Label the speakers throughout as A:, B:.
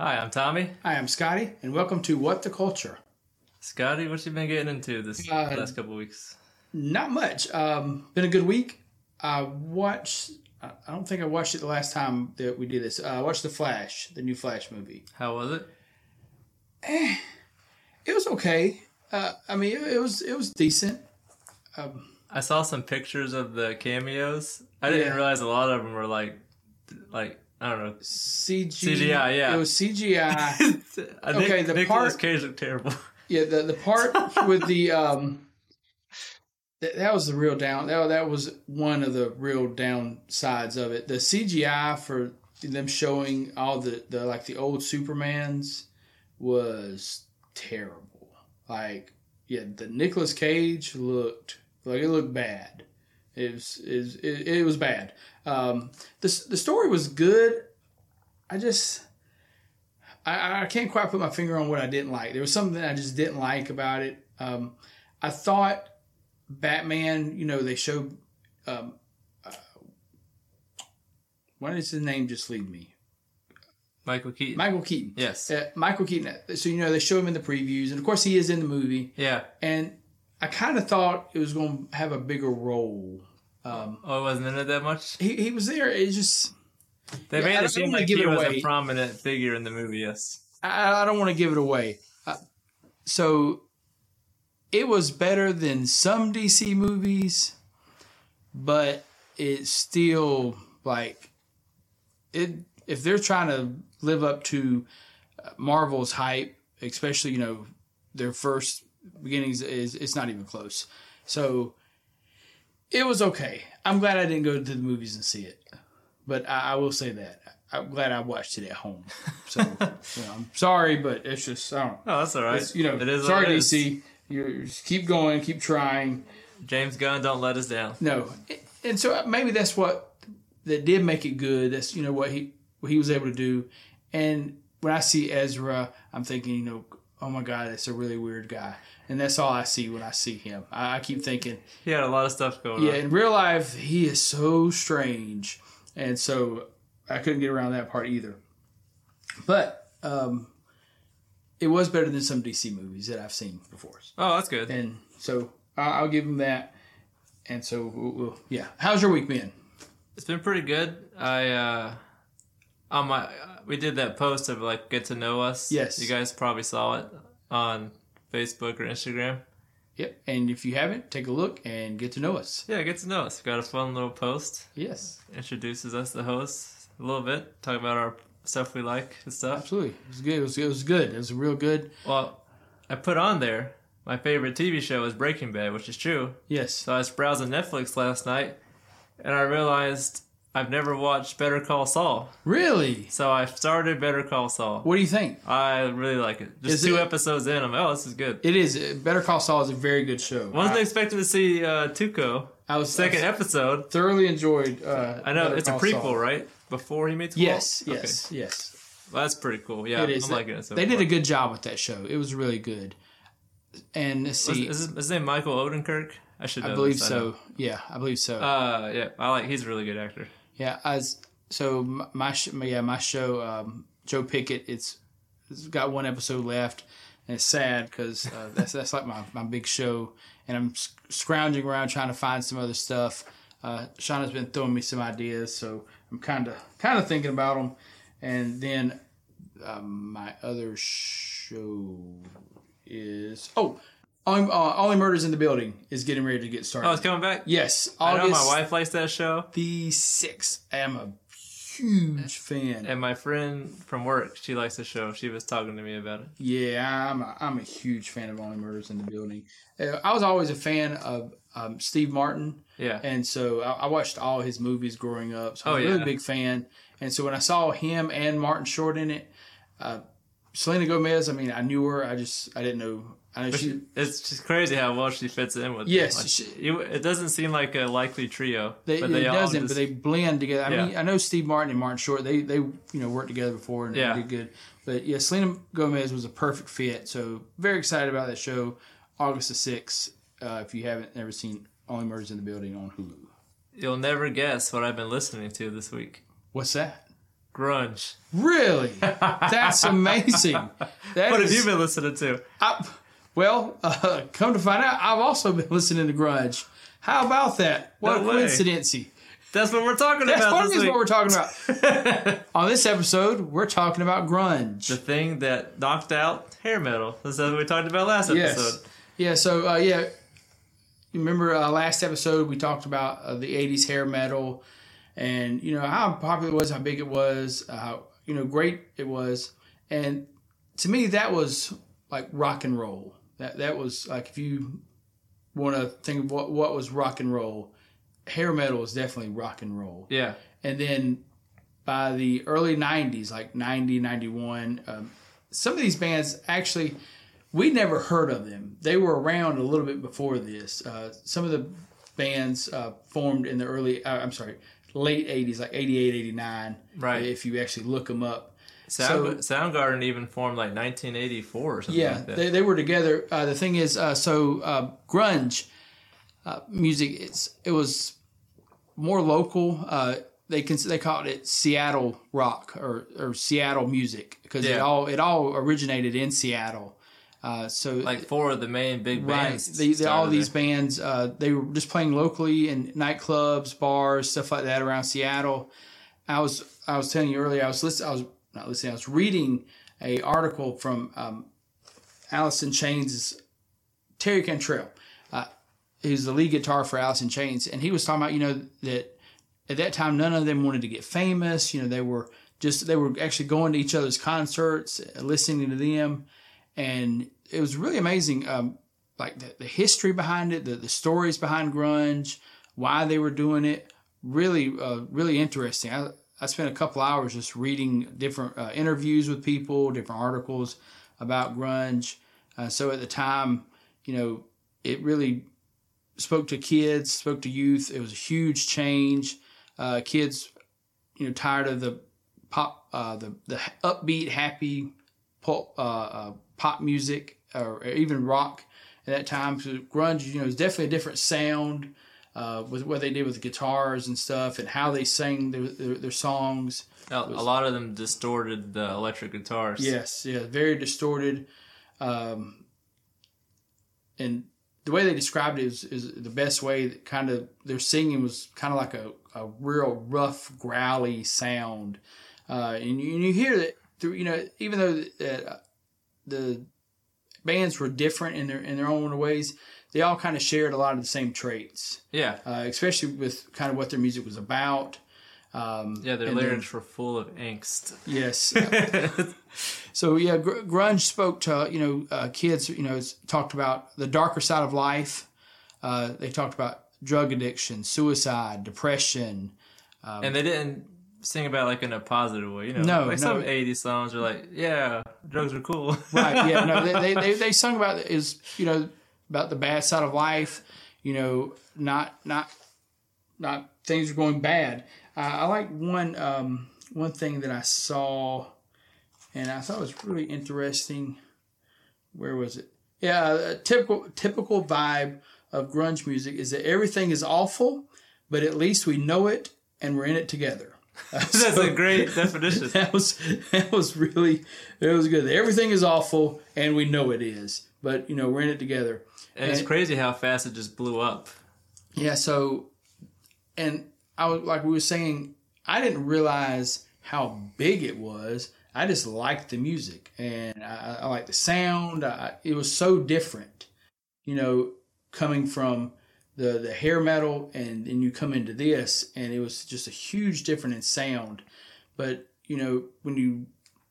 A: Hi, I'm Tommy.
B: Hi, I'm Scotty, and welcome to What the Culture.
A: Scotty, what you been getting into this
B: Uh,
A: last couple weeks?
B: Not much. Um, been a good week. I watched. I I don't think I watched it the last time that we did this. Uh, I watched The Flash, the new Flash movie.
A: How was it?
B: It was okay. Uh, I mean, it, it was it was decent. Um,
A: I saw some pictures of the cameos. I didn't
B: Yeah.
A: realize a lot of them were like, like I don't know.
B: CG,
A: CGI, yeah.
B: It was CGI.
A: I think
B: Ah. Okay, the
A: Nicolas
B: part-
A: Cage looked terrible.
B: Yeah, the the part with the um that, that was the real down that, that was one of the real downsides of it. The CGI for them showing all the, the like the old Supermans was terrible. Like yeah, the Nicolas Cage looked like it looked bad. It was it, was- it, it was bad. Um, the s- the story was good. I just I, I can't quite put my finger on what I didn't like. There was something I just didn't like about it. Um, I thought Batman, you know, they showed. Um, uh, why does his name just leave me?
A: Michael Keaton.
B: Michael Keaton.
A: yes.
B: Uh, Michael Keaton. So, you know, they show him in the previews, and of course, he is in the movie.
A: Yeah.
B: And I kind of thought it was going to have a bigger role. Um,
A: Oh, it wasn't in it that much.
B: he, he was there. It just.
A: They
B: Yeah, I
A: made
B: don't
A: it seem
B: wanna
A: like
B: give
A: he
B: it
A: was
B: away.
A: a prominent figure in the movie. Yes.
B: I, I don't want to give it away. Uh, so it was better than some DC movies, but it's still like it. If they're trying to live up to uh, Marvel's hype, especially you know their first beginnings, is it's not even close. So it was okay. I'm glad I didn't go to the movies and see it, but I, I will say that I'm glad I watched it at home. So you know, I'm sorry, but it's just I don't.
A: Oh, that's all right.
B: It's, you know,
A: it is.
B: sorry,
A: what it is.
B: DC. You just keep going, keep trying.
A: James Gunn, don't let us down.
B: No, and so uh, maybe that's what that did make it good. That's you know what he what he was able to do. And when I see Ezra, I'm thinking, you know, oh my God, that's a really weird guy. And that's all I see when I see him. I, I keep thinking,
A: He had a lot of stuff going
B: yeah,
A: on.
B: in real life, he is so strange, and so I couldn't get around that part either. But um, it was better than some DC movies that I've seen before,
A: Oh, that's good.
B: and so I- I'll give him that. And so, we'll, we'll- yeah. How's your week been?
A: It's been pretty good. I uh on my we did that post of like get to know us.
B: Yes.
A: You guys probably saw it on Facebook or Instagram.
B: Yep. And if you haven't, take a look and get to know us.
A: Yeah, get to know us. Got a fun little post.
B: Yes,
A: Introduces us the hosts a little bit. Talk about our stuff we like and stuff.
B: absolutely. It was good. It was, it was good. It was real good.
A: Well, I put on there my favorite TV show is Breaking Bad, which is true.
B: Yes.
A: So I was browsing Netflix last night and I realized I've never watched Better Call Saul.
B: Really?
A: So I started Better Call Saul.
B: What do you think?
A: I really like it. Just
B: Is
A: two
B: it-
A: episodes in, I'm oh, this is good.
B: It is. uh, Better Call Saul is a very good show.
A: Wasn't
B: I,
A: expecting to see uh, Tuco.
B: I was
A: Second episode.
B: thoroughly enjoyed. Uh,
A: I know
B: Better
A: it's a
B: Call
A: prequel,
B: Saul.
A: right? Before he meets Walt?
B: Yes,
A: Okay.
B: yes, yes.
A: Well, that's pretty cool. Yeah,
B: it is.
A: I'm liking it. So
B: they did
A: far.
B: a good job with that show. It was really good. And let's
A: Was-
B: see,
A: Is, his- is his name Michael Odenkirk? I should. Know
B: I believe
A: this,
B: so. Yeah, I believe so.
A: know. Uh, yeah, I like. He's a really good actor.
B: yeah, I was, so m- my sh- yeah my show um, Joe Pickett. It's, it's got one episode left, and it's sad because uh, that's that's like my, my big show, and I'm sc- scrounging around trying to find some other stuff. Uh, Shauna's been throwing me some ideas, so I'm kind of kind of thinking about them, and then um, my other show is oh. Only, uh, Only Murders in the Building is getting ready to get started.
A: Oh, it's coming back.
B: yes,
A: I
B: August
A: know my wife likes that show,
B: the six. I am a huge fan.
A: and my friend from work she likes the show. She was talking to me about it.
B: Yeah, I'm a, I'm a huge fan of Only Murders in the Building. Uh, I was always a fan of um, Steve Martin,
A: Yeah,
B: and so I, I watched all his movies growing up. So I'm
A: Oh,
B: a really
A: yeah.
B: big fan. And so when I saw him and Martin Short in it, uh, Selena Gomez. I mean, I knew her. I just I didn't know. I know
A: But
B: she.
A: she- it's just crazy how well she fits in with.
B: Yes,
A: them. Like,
B: she-
A: you- it doesn't seem like a likely trio.
B: They,
A: but
B: it
A: they all
B: doesn't,
A: just-
B: but they blend together. I mean,
A: Yeah.
B: I know Steve Martin and Martin Short. They they you know worked together before and
A: Yeah.
B: did good. But yeah, Selena Gomez was a perfect fit. So very excited about that show, August the sixth. Uh, if you haven't ever seen Only Murders in the Building on Hulu,
A: You'll never guess what I've been listening to this week.
B: what's that?
A: grunge.
B: Really? That's amazing. That
A: what have
B: is-
A: you been listening to?
B: I, well, uh, come to find out, I've also been listening to grunge. How about that? What
A: No
B: a
A: way.
B: coincidence.
A: That's what we're talking
B: That's
A: about.
B: part
A: this
B: of
A: week.
B: what we're talking about. On this episode, we're talking about grunge.
A: the thing that knocked out hair metal. That's what we talked about last
B: Yes.
A: episode.
B: Yeah. So uh, yeah, you remember uh, last episode we talked about uh, the '80s hair metal, and you know how popular it was, how big it was, uh, how you know great it was, and to me that was like rock and roll. That that was like if you want to think of what what was rock and roll, hair metal is definitely rock and roll
A: Yeah.
B: and then by the early 90s like 90 91 um, some of these bands actually we never heard of them they were around a little bit before this uh, some of the bands uh, formed in the early uh, i'm sorry late 80s like 88 89
A: Right.
B: if you actually look them up
A: Sound, Soundgarden even formed like 1984 or something
B: yeah
A: like that.
B: they, they were together uh, the thing is uh, so uh, grunge uh, music it's it was more local uh, they can they called it Seattle rock or, or Seattle music because it
A: Yeah.
B: all it all originated in Seattle uh, so
A: like four of the main big
B: Right.
A: bands.
B: They, they, all
A: started
B: these
A: there.
B: bands, uh, they were just playing locally in nightclubs, bars, stuff like that around Seattle. I was I was telling you earlier. I was listening. I was not listening. I was reading a article from um, Allison Chains' Terry Cantrell, uh, who's the lead guitar for Allison Chains, and he was talking about you know that at that time none of them wanted to get famous. You know they were just they were actually going to each other's concerts, listening to them, and it was really amazing. Um, like the, the history behind it, the, the stories behind grunge, why they were doing it. Really, uh, really interesting. I, I spent a couple hours just reading different uh, interviews with people, different articles about grunge. Uh, so at the time, you know, it really spoke to kids, spoke to youth. It was a huge change. Uh, kids, you know, tired of the pop, uh, the the upbeat, happy pop, uh, uh, pop music or, or even rock at that time. So grunge, you know, is definitely a different sound uh, with what they did with guitars and stuff, and how they sang their their, their songs.
A: Now, a lot of them distorted the electric guitars.
B: Yes, yeah, very distorted. Um, and the way they described it is, is the best way that kind of their singing was kind of like a, a real rough, growly sound. Uh, and, you, and you hear that through, you know, even though uh, the bands were different in their in their own ways, they all kind of shared a lot of the same traits,
A: Yeah.
B: uh, especially with kind of what their music was about. Um,
A: Yeah, their
B: and then-
A: lyrics were full of angst.
B: yes, So yeah, gr- grunge spoke to you know uh, kids. You know, it's talked about the darker side of life. Uh, they talked about drug addiction, suicide, depression.
A: and they didn't sing about like in a positive way, you know.
B: Um, No,
A: like
B: no.
A: some 80s songs are like, yeah, drugs are cool.
B: Right? Yeah. No, they, they, they they sung about is you know about the bad side of life. You know, not not not things are going bad. Uh, I like one um, one thing that I saw, and I thought was really interesting. Where was it? Yeah, a typical typical vibe of grunge music is that everything is awful, but at least we know it and we're in it together.
A: That's a great definition.
B: That was that was really it was good. Everything is awful and we know it is, but you know we're in it together.
A: And it's
B: And-
A: crazy how fast it just blew up.
B: Yeah, so and I was like we were saying, I didn't realize how big it was. I just liked the music and I, I- I liked the sound. I, it was so different, you know, coming from the the hair metal and then you come into this and it was just a huge difference in sound. But you know when you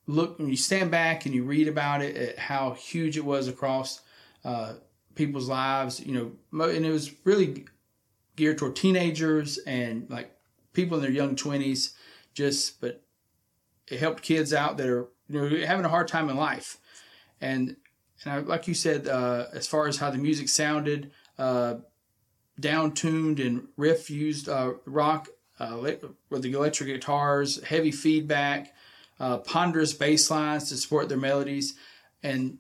B: look when you stand back and you read about it at how huge it was across uh, people's lives, you know, mo- and it was really geared toward teenagers and like people in their young 20s just but it helped kids out that are you know having a hard time in life and and I, like you said uh, as far as how the music sounded uh, down tuned and riff used uh, rock uh, le- with the electric guitars heavy feedback uh, ponderous bass lines to support their melodies and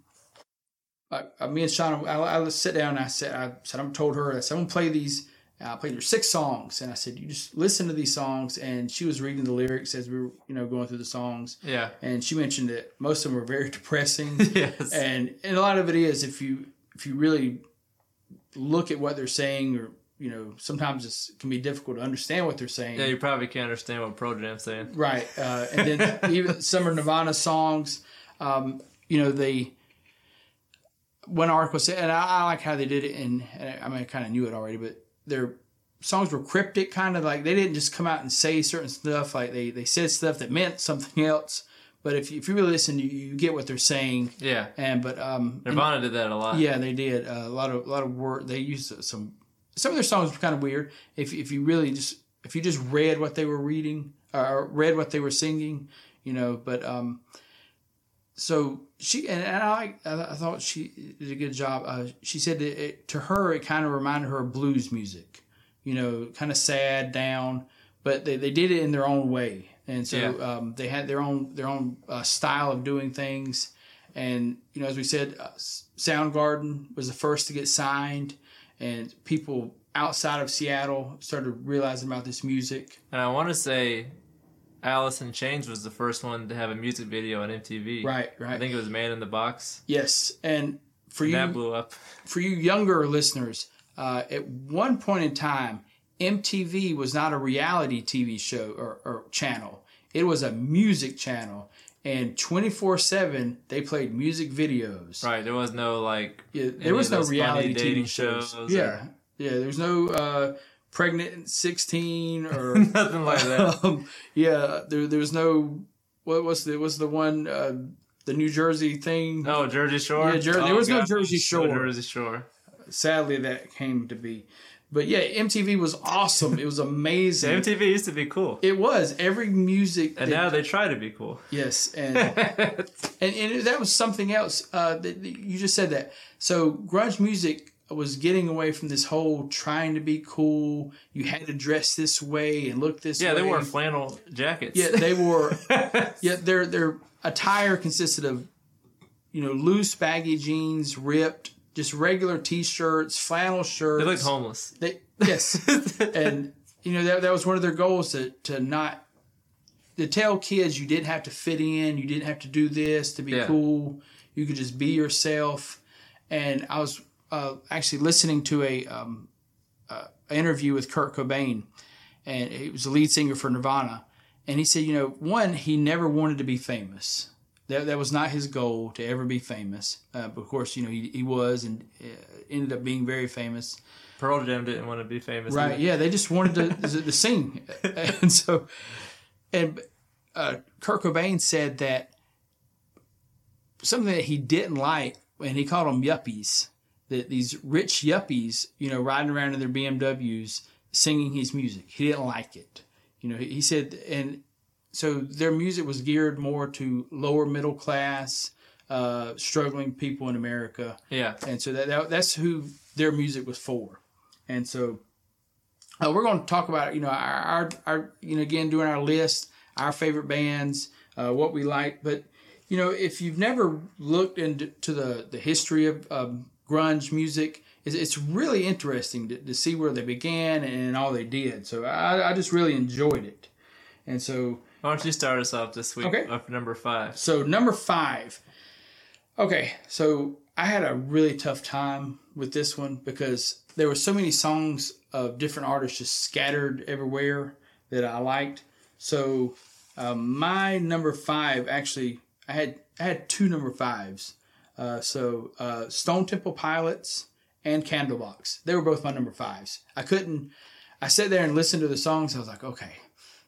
B: uh, me and Shauna, I, I sit down and I said, I said, I'm told her, I said, I'm gonna play these I played her six songs, and I said, "You just listen to these songs." And she was reading the lyrics as we were, you know, going through the songs.
A: Yeah.
B: And she mentioned that most of them are very depressing,
A: yes.
B: and and a lot of it is if you if you really look at what they're saying, or you know, sometimes it can be difficult to understand what they're saying.
A: yeah, you probably can't understand what Pro Jam's saying.
B: Right. Uh, and then even some of Nirvana songs, um, you know, they, when Ark was, and I, I like how they did it, and, and I mean, I kind of knew it already, but their songs were cryptic, kind of like they didn't just come out and say certain stuff, like they, they said stuff that meant something else. But if you, if you really listen, you, you get what they're saying.
A: Yeah.
B: And, but, um, and-
A: Nirvana did that a lot.
B: yeah, they did uh, a lot of a lot of work. They used some some of their songs were kind of weird. If if you really just if you just read what they were reading or read what they were singing, you know. But um, so she and, and I I thought she did a good job. Uh, she said that it, to her it kind of reminded her of blues music, you know, kind of sad, down. But they, they did it in their own way, and so
A: Yeah.
B: um, they had their own their own uh, style of doing things. And you know, as we said, uh, S- Soundgarden was the first to get signed, and people outside of Seattle started realizing about this music.
A: And I want to say Alice in Chains was the first one to have a music video on MTV.
B: Right,
A: I
B: right.
A: think it was Man in the Box.
B: yes, and for
A: And
B: you,
A: that blew up.
B: for you younger listeners, uh, at one point in time, MTV was not a reality TV show or, or channel. It was a music channel, and twenty four seven they played music videos.
A: Right. There was no like.
B: Yeah,
A: any
B: there was
A: of
B: no
A: those funny
B: reality
A: dating
B: TV shows.
A: shows
B: yeah,
A: or-
B: yeah. There's no uh, pregnant sixteen or
A: Nothing like that.
B: um, yeah. There, there's no what was the was the one uh, the New Jersey thing.
A: Oh, Jersey Shore.
B: Yeah, Jer- there
A: Oh,
B: was no Jersey Shore.
A: No Jersey Shore.
B: Sadly, that came to be. But yeah, MTV was awesome. It was amazing.
A: MTV used to be cool,
B: it was every music.
A: and
B: that-
A: now they try to be cool.
B: yes, and and, and that was something else uh, that, that you just said that. So grunge music was getting away from this whole trying to be cool. You had to dress this way and look this
A: yeah,
B: way.
A: they wore flannel jackets.
B: Yeah, they wore. yeah, their their attire consisted of, you know, loose baggy jeans, ripped, just regular t-shirts, flannel shirts.
A: they looked homeless.
B: They, yes, and you know that that was one of their goals to to not to tell kids you didn't have to fit in, you didn't have to do this to be
A: Yeah.
B: cool. You could just be yourself. And I was uh, actually listening to a um, uh, interview with Kurt Cobain, and he was the lead singer for Nirvana, and he said, you know, one he never wanted to be famous. That, that was not his goal to ever be famous. Uh, but of course, you know he, he was and uh, ended up being very famous.
A: Pearl Jam didn't want to be famous.
B: Right.
A: either.
B: Yeah, they just wanted to, to sing, and so, and uh, Kurt Cobain said that something that he didn't like, and he called them yuppies. That these rich yuppies, you know, riding around in their BMWs singing his music. He didn't like it. You know, he, he said, and so their music was geared more to lower middle class, uh, struggling people in America
A: Yeah.
B: and so that, that that's who their music was for and so uh, we're going to talk about you know our, our our you know again doing our list our favorite bands uh, what we like but you know if you've never looked into to the the history of um, grunge music it's, it's really interesting to, to see where they began and all they did so I, I just really enjoyed it and so
A: Why don't you start us off this week
B: Okay.
A: of number five?
B: Uh, so number five. Okay, so I had a really tough time with this one because there were so many songs of different artists just scattered everywhere that I liked. So um, my number five actually, I had I had two number fives. Uh, so uh, Stone Temple Pilots and Candlebox, they were both my number fives. I couldn't. I sat there and listened to the songs. I was like, okay,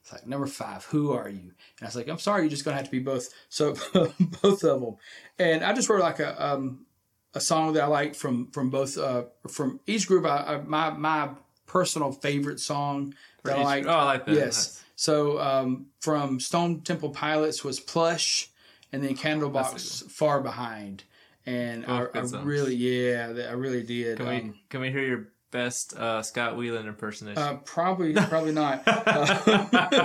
B: it's like number five. Who are you? And I was like, I'm sorry, you're just gonna have to be both. So both of them. And I just wrote like a um, a song that I liked from from both uh, from each group. I, I, my my personal favorite song that I
A: Each-
B: liked.
A: oh, I like that.
B: Yes. So um, from Stone Temple Pilots was Plush, and then Candlebox Far Behind, and I,
A: Both
B: I
A: good songs.
B: really yeah that- I really did.
A: Can
B: Um,
A: we can we hear your best uh, Scott Whelan impersonation?
B: uh, probably probably not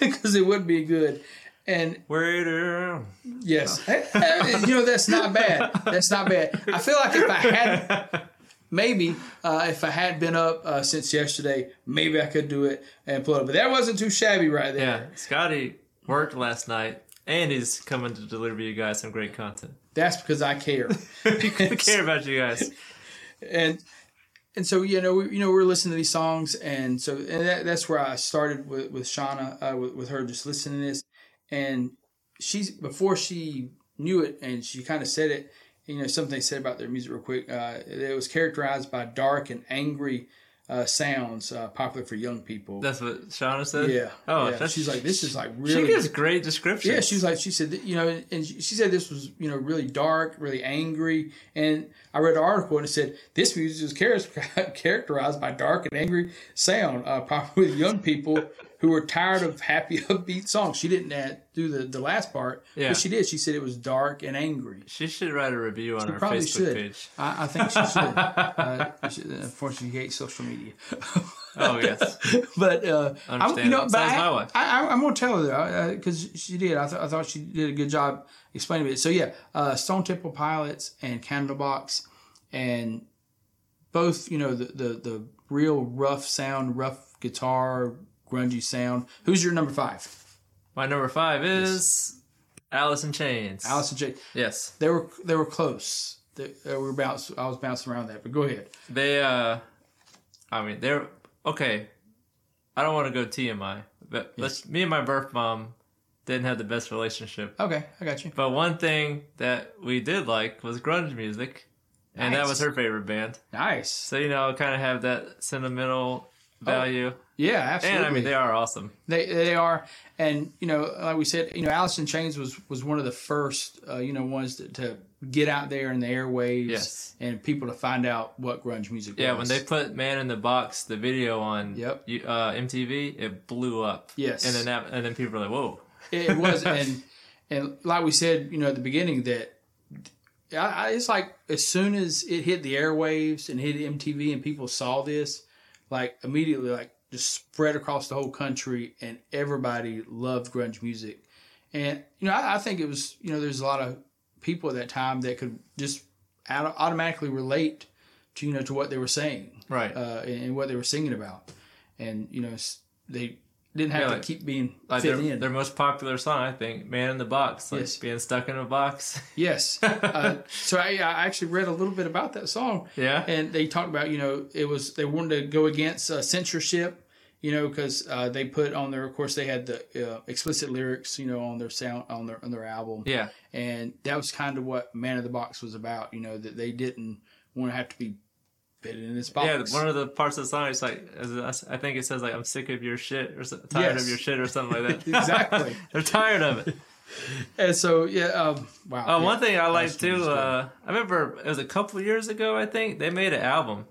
B: because it would be good. And
A: Waiter. Oh.
B: yes, you know that's not bad. That's not bad. I feel like if I had maybe uh, if I had been up uh, since yesterday, maybe I could do it and pull it. up. But that wasn't too shabby right there.
A: Yeah, Scotty worked last night, and he's coming to deliver you guys some great content.
B: That's because I care.
A: We care about you guys.
B: and and so you know we, you know we're listening to these songs and so and that, that's where I started with with Shauna uh, with, with her just listening to this and she's before she knew it and she kind of said it you know something they said about their music real quick uh, it was characterized by dark and angry uh, sounds uh, popular for young people
A: That's what Shauna said.
B: yeah
A: Oh,
B: yeah.
A: that's-
B: she's like this is like
A: She
B: really
A: gives great descriptions.
B: yeah, she was like, she said, that, you know, and she she said this was, you know, really dark, really angry. And I read an article and it said this music is char- characterized by dark and angry sound, uh, popular with young people who are tired of happy, upbeat songs. She didn't add, do the, the last part,
A: Yeah.
B: but she did. She said it was dark and angry.
A: She should write a review on our
B: probably
A: Facebook
B: should.
A: page.
B: I, I think she should. uh, she, unfortunately, you hate social media.
A: Oh yes,
B: but uh, I'm, you
A: Understand.
B: know, but
A: Sounds
B: I,
A: my way.
B: I, I, am gonna tell her because she did. I, th- I thought she did a good job explaining it. So yeah, uh, Stone Temple Pilots and Candlebox, and both you know the the, the real rough sound, rough guitar, grungy sound. Who's your number five?
A: my number five is Alice in Chains.
B: Allison J.
A: Yes,
B: They were they were close. They, they were bounce. I was bouncing around that, but go ahead.
A: they. uh I mean, they're okay. I don't want to go TMI, but let's. Me and my birth mom didn't have the best relationship.
B: Okay, I got you.
A: But one thing that we did like was grunge music, and that
B: Nice.
A: was her favorite band.
B: Nice.
A: So you know, kind of have that sentimental value,
B: Yeah, Oh, absolutely.
A: and I mean, they are awesome.
B: They they are, and you know, like we said, you know, Alice in Chains was was one of the first, uh, you know, ones to, to get out there in the airwaves
A: Yes.
B: and people to find out what grunge music
A: Yeah, when
B: was.
A: they put "Man in the Box" the video on
B: Yep.
A: you- uh, MTV, it blew up.
B: Yes.
A: and then that, and then people were like, "Whoa!"
B: it, it was, and and like we said, you know, at the beginning that. I, I, it's like as soon as it hit the airwaves and hit MTV and people saw this, like immediately, like just spread across the whole country and everybody loved grunge music. And you know, I, I think it was you know there's a lot of people at that time that could just auto- automatically relate to you know to what they were saying
A: Right.
B: uh, and, and what they were singing about, and you know s- they didn't have
A: Yeah,
B: to
A: like-
B: keep being
A: like
B: fit
A: their,
B: in.
A: their most popular song, I think, "Man in the Box," like
B: Yes.
A: being stuck in a box.
B: Yes. Uh, so I, I actually read a little bit about that song,
A: yeah,
B: and they talked about you know it was they wanted to go against uh, censorship, you know, because uh, they put on their of course they had the uh, explicit lyrics, you know, on their sound on their on their album,
A: yeah,
B: and that was kind of what Man of the Box was about, you know, that they didn't want to have to be fit in this box.
A: yeah. One of the parts of the song is like, is- I think it says like, "I'm sick of your shit" or so- "tired
B: Yes.
A: of your shit" or something like that.
B: Exactly.
A: They're tired of it.
B: and so yeah, um, wow.
A: Oh,
B: yeah.
A: one thing I like
B: Last one
A: too.
B: was good.
A: Uh, I remember it was a couple years ago. I think they made an album,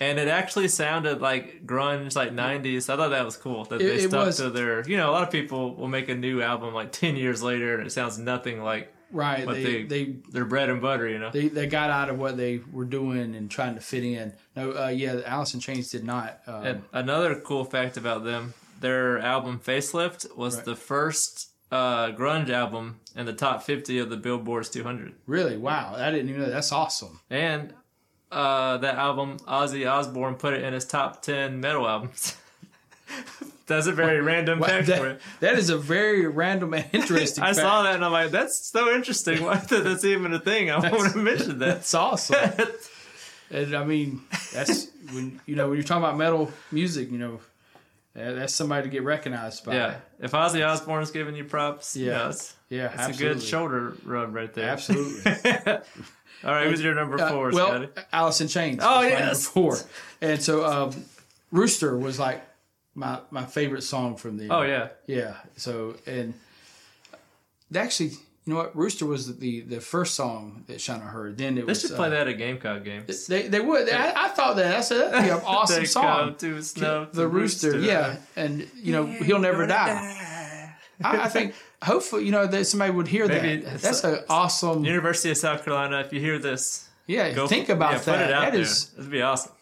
A: and it actually sounded like grunge, like '90s. I thought that was cool that
B: It-
A: they
B: it
A: stuck
B: was.
A: to their. You know, a lot of people will make a new album like 10 years later, and it sounds nothing like
B: right?
A: what
B: They,
A: they-
B: they
A: their bread and butter. You know,
B: they they got out of what they were doing and trying to fit in. No, uh, yeah, Alice in Chains did not. Um,
A: And another cool fact about them: their album "Facelift" was
B: Right.
A: the first uh, grunge album in the top 50 of the Billboard's 200.
B: Really? Wow, I didn't even know. That. That's awesome.
A: And uh, that album, Ozzy Osbourne put it in his top 10 metal albums. That's a very random
B: Wow,
A: fact for
B: that,
A: it.
B: that is a very random and interesting.
A: I
B: fact.
A: saw that and I'm like, that's so interesting. Why that that's even a thing? I want to mention that.
B: That's awesome. and I mean, that's when you know when you're talking about metal music, you know, that- that's somebody to get recognized by.
A: yeah. If Ozzy Osbourne's giving you props, yeah,
B: Yeah.
A: it's,
B: yeah,
A: it's a
B: absolutely.
A: good shoulder rub right there.
B: Absolutely.
A: All right, who's your number
B: Uh,
A: four,
B: well,
A: Scotty?
B: Alice in Chains.
A: Oh,
B: was my
A: yes.
B: number four. And so, um, Rooster was like my my favorite song from the.
A: Oh, yeah.
B: Yeah. So and actually, you know what? Rooster was the the first song that Shauna heard. Then it
A: They
B: was.
A: should
B: uh,
A: play that at Gamecock games.
B: They, they would. I, I thought that. I said that'd be an awesome
A: They
B: song.
A: come to snow
B: the
A: to
B: rooster, yeah, and you know he'll never die. I, I think hopefully you know that somebody would hear
A: Maybe
B: that.
A: it's-
B: That's an awesome.
A: University of South Carolina, if you hear this,
B: yeah,
A: go
B: think
A: for-
B: about
A: yeah,
B: that.
A: Put it out
B: That
A: there.
B: is-
A: It'd be awesome.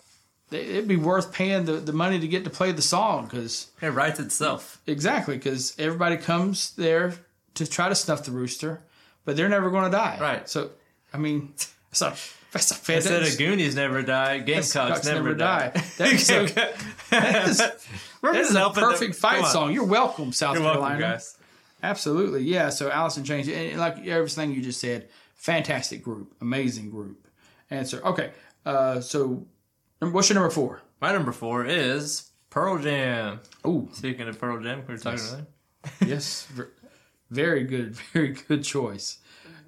B: it'd be worth paying the, the money to get to play the song because
A: It writes itself.
B: exactly because everybody comes there to try to snuff the rooster, but they're never going to die.
A: Right.
B: So I mean, it's a That's a
A: Instead
B: FedEx.
A: of Goonies never die, Gamecocks
B: Gamecocks
A: never,
B: never
A: die.
B: die. That's a- that is- that
A: This
B: is a
A: helping them-
B: perfect fight
A: come on.
B: song. You're welcome, South
A: You're welcome,
B: Carolina.
A: guys.
B: Absolutely, yeah. So Allison changed it, and like everything you just said, fantastic group, amazing group. Answer. Okay. Uh, so, num- what's your number four?
A: My number four is Pearl Jam.
B: Oh,
A: Speaking of Pearl Jam, we were talking earlier.
B: yes, ver- very good, very good choice.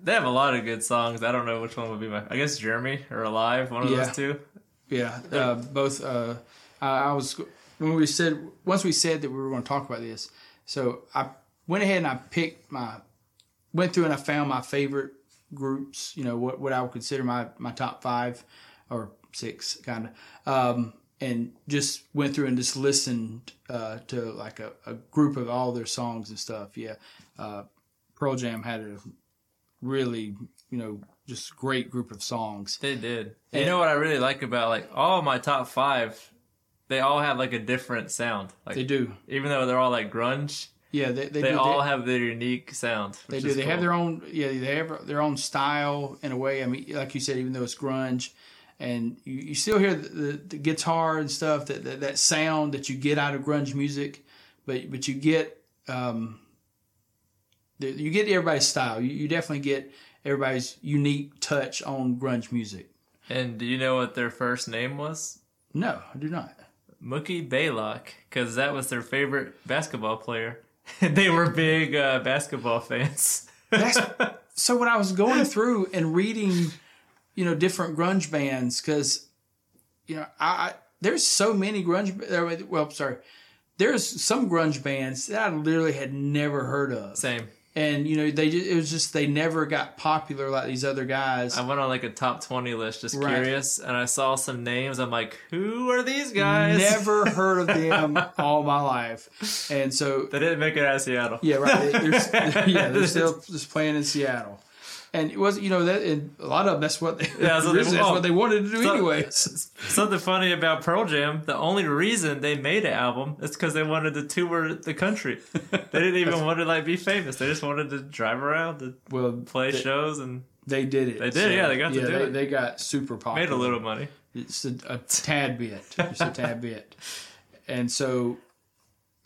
A: They have a lot of good songs. I don't know which one would be my. I guess Jeremy or Alive, one of
B: Yeah.
A: those two.
B: Yeah, uh, both. Uh, I, I was when we said once we said that we were going to talk about this. So I went ahead and I picked my went through and I found my favorite groups. You know what what I would consider my my top five or six kind of, um, and just went through and just listened uh, to like a, a group of all their songs and stuff. Yeah, uh, Pearl Jam had a really you know just great group of songs.
A: They did.
B: Yeah.
A: You know what I really like about like all my top five, they all have like a different sound. Like
B: They do.
A: even though they're all like grunge,
B: Yeah, they, they,
A: they,
B: do.
A: all have their unique sound.
B: They
A: which
B: do.
A: is
B: They have
A: cool.
B: their own. Yeah, they have their own style in a way. I mean, like you said, even though it's grunge, and you, you still hear the, the, the guitar and stuff that, that that sound that you get out of grunge music, but but you get um, the, you get everybody's style. You, you definitely get everybody's unique touch on grunge music.
A: And do you know what their first name was?
B: No, I do not.
A: Mookie Baylock, because that was their favorite basketball player. they were big uh, basketball fans.
B: That's, so when I was going through and reading, you know, different grunge bands, because you know, I, I there's so many grunge. ba- there- Well, sorry, there's some grunge bands that I literally had never heard of,
A: Same.
B: and you know, they ju- it was just they never got popular like these other guys.
A: I went on like a top twenty list, just
B: Right.
A: curious, and I saw some names. I'm like, who are these guys?
B: Never heard of them all my life, and so
A: They didn't make it out of Seattle.
B: Yeah, right. They- They're, s- yeah, they're still just playing in Seattle, and it was you know that and a lot of them, that's what they
A: that's what they
B: that's
A: want.
B: what they wanted to do
A: So-
B: anyways.
A: Something funny about Pearl Jam, the only reason they made an album is because they wanted to tour the country. They didn't even want to like be famous. They just wanted to drive around and
B: Well,
A: play
B: they,
A: shows and
B: they did it.
A: They did, yeah, they got to do
B: they,
A: it.
B: They got super popular.
A: made a little money.
B: It's a, a tad bit, just a tad bit. And so,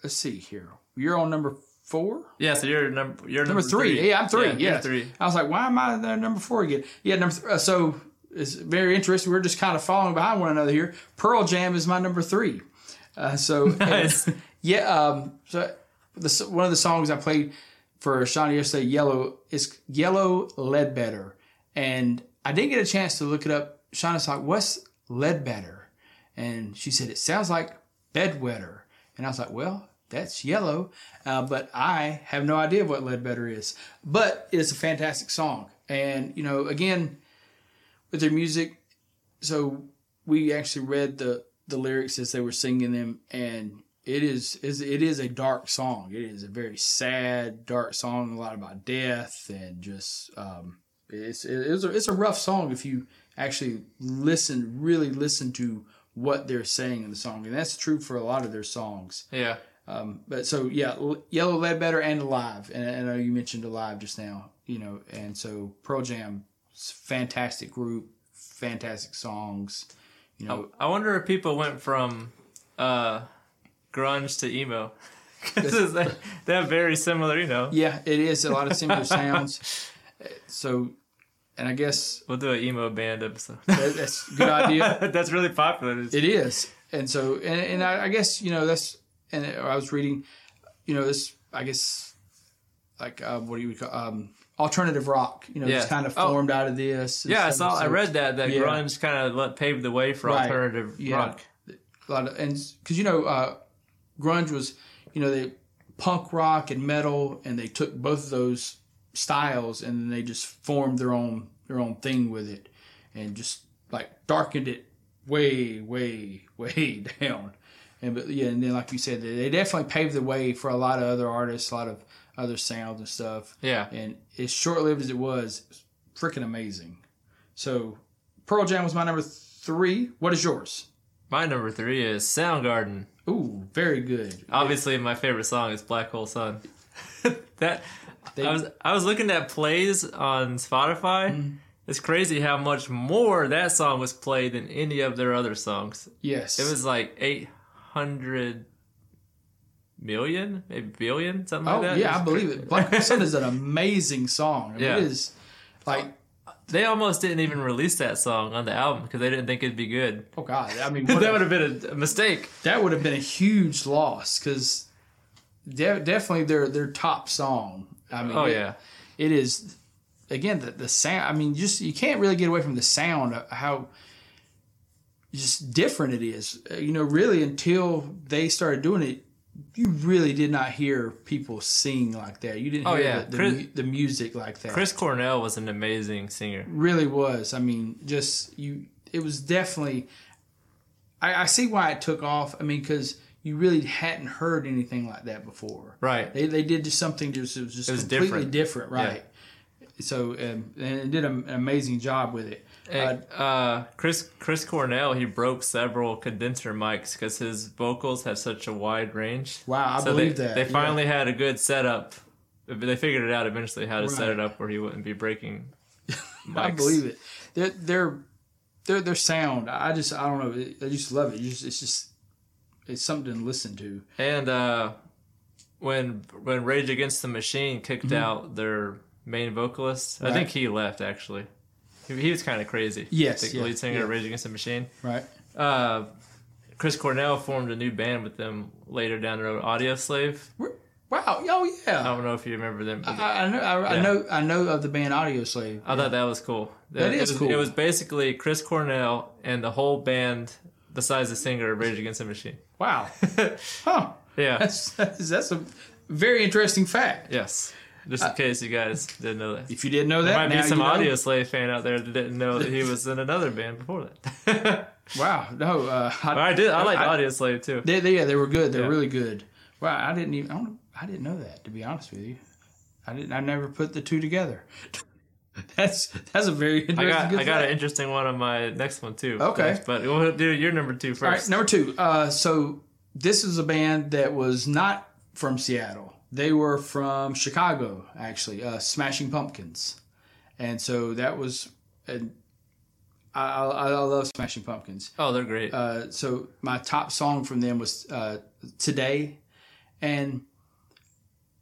B: let's see here. You're on number four.
A: Yeah, so you're number you're
B: Number three. Yeah, I'm three. Yeah,
A: you're three.
B: I was like, why am I there number four again? Yeah, number th- uh, so it's very interesting. We're just kind of following behind one another here. Pearl Jam is my number three. Uh, so
A: Nice.
B: and- yeah, um, so the, s- one of the songs I played for Shawnee yesterday, Yellow, is Yellow Leadbetter, and I didn't get a chance to look it up. Shauna's like, what's Leadbetter? And she said, it sounds like bedwetter. And I was like, well, that's yellow. Uh, but I have no idea what Leadbetter is. But it's a fantastic song. And, you know, again, with their music, so we actually read the, the lyrics as they were singing them. And it is, is it is a dark song. It is a very sad, dark song, a lot about death and just, um, it's, it is a, it's a rough song if you actually listen, really listen to what they're saying in the song. And that's true for a lot of their songs.
A: Yeah.
B: Um, but so yeah, L- Yellow Ledbetter and Alive, and I know you mentioned Alive just now, you know, and so Pearl Jam, s- fantastic group, fantastic songs, you know.
A: I wonder if people went from uh, grunge to emo. 'Cause they, they have very similar, you know.
B: Yeah, it is a lot of similar sounds. Uh, So, and I guess
A: We'll do an emo band episode.
B: that, that's a good idea.
A: That's really popular. It's-
B: It is, and so and, and I, I guess you know that's and I was reading, you know this I guess like uh, what do you call um, alternative rock? You know, it's
A: Yeah.
B: kind of
A: Oh.
B: formed out of this. and
A: yeah, I
B: stuff,
A: saw. I
B: so
A: read that that
B: Yeah.
A: grunge kind of paved the way for
B: Right.
A: alternative
B: Yeah.
A: rock.
B: a lot of and because you know uh, grunge was you know they punk rock and metal and they took both of those styles and then they just formed their own their own thing with it and just like darkened it way way way down and but yeah and then like you said they they definitely paved the way for a lot of other artists a lot of other sounds and stuff
A: Yeah.
B: and as short lived as it was freaking amazing so pearl jam was my number three what is yours
A: My number three is Soundgarden.
B: Ooh, very good.
A: Obviously, my favorite song is Black Hole Sun. that
B: They- Mm-hmm.
A: I was I was looking at plays on Spotify. It's crazy how much more that song was played than any of their other songs.
B: Yes.
A: It was like 800 million, maybe billion, something
B: Oh
A: like that.
B: yeah, I
A: was
B: believe
A: crazy.
B: it. Black Sun is an amazing song. I mean,
A: Yeah.
B: It is like
A: They almost didn't even release that song on the album because they didn't think it'd be good.
B: oh god. I mean, what
A: that
B: a-
A: would have been a, a mistake.
B: that would have been a huge loss because de- definitely their their top song. I mean,
A: Oh,
B: it-
A: yeah.
B: it is again the the sound. I mean, just you can't really get away from the sound of how just different it is. Uh, You know, really until they started doing it. You really did not hear people sing like that. You didn't
A: Oh,
B: hear
A: yeah.
B: the, the,
A: Chris-
B: mu- the music like that.
A: Chris Cornell was an amazing singer.
B: really was. I mean, just you. It was definitely. I, I see why it took off. I mean, because you really hadn't heard anything like that before.
A: Right.
B: They they did just something just it was just
A: It was
B: completely
A: different.
B: different, right? So um, and it did an amazing job with it. Uh,
A: And, uh, Chris Chris Cornell he broke several condenser mics because his vocals have such a wide range.
B: Wow, I
A: so
B: believe
A: they,
B: that,
A: They
B: yeah.
A: finally had a good setup. They figured it out eventually how to set
B: Right.
A: it up where he wouldn't be breaking. Mics.
B: I believe it. Their their their their sound. I just I don't know. I just love it. You just, it's just it's something to listen to.
A: And uh, when when Rage Against the Machine kicked out their main vocalist, I
B: Mm-hmm. Right.
A: think he left actually. He, he was kind of crazy.
B: Yes,
A: the
B: yeah,
A: lead singer
B: yeah.
A: of Rage Against the Machine.
B: Right.
A: Uh, Chris Cornell formed a new band with them later down the road, Audio Slave.
B: Wow. Oh yeah.
A: I don't know if you remember them. but
B: I, I know, I,
A: Yeah.
B: I know, I know of the band Audio Slave.
A: I thought that was cool.
B: That
A: it,
B: is
A: was,
B: cool.
A: It was basically Chris Cornell and the whole band, besides the singer of Rage Against the Machine.
B: Wow, huh?
A: yeah.
B: That's that's, that's a very interesting fact.
A: Yes. Just in case you guys didn't know that.
B: If you didn't know that,
A: There might
B: Uh, now
A: be some
B: you know.
A: Audio Slave fan out there that didn't know that he was in another band before that.
B: Wow, no, uh, I,
A: I did. I liked
B: I-
A: Audio Slave too.
B: They, they, yeah, they were good. They're
A: Yeah.
B: really good. Wow, I didn't even. I, don't, I didn't know that. To be honest with you, I didn't. I never put the two together. that's that's a very
A: I
B: interesting.
A: got
B: good
A: I got an
B: fact.
A: interesting one on my next one too.
B: Okay.
A: but we'll do your number two
B: All right,
A: first.
B: number two. Uh, so this is a band that was not from Seattle. They were from Chicago, actually. Uh, Smashing Pumpkins, and so that was. And I, I, I love Smashing Pumpkins.
A: oh, they're great.
B: Uh, so my top song from them was uh, "Today," and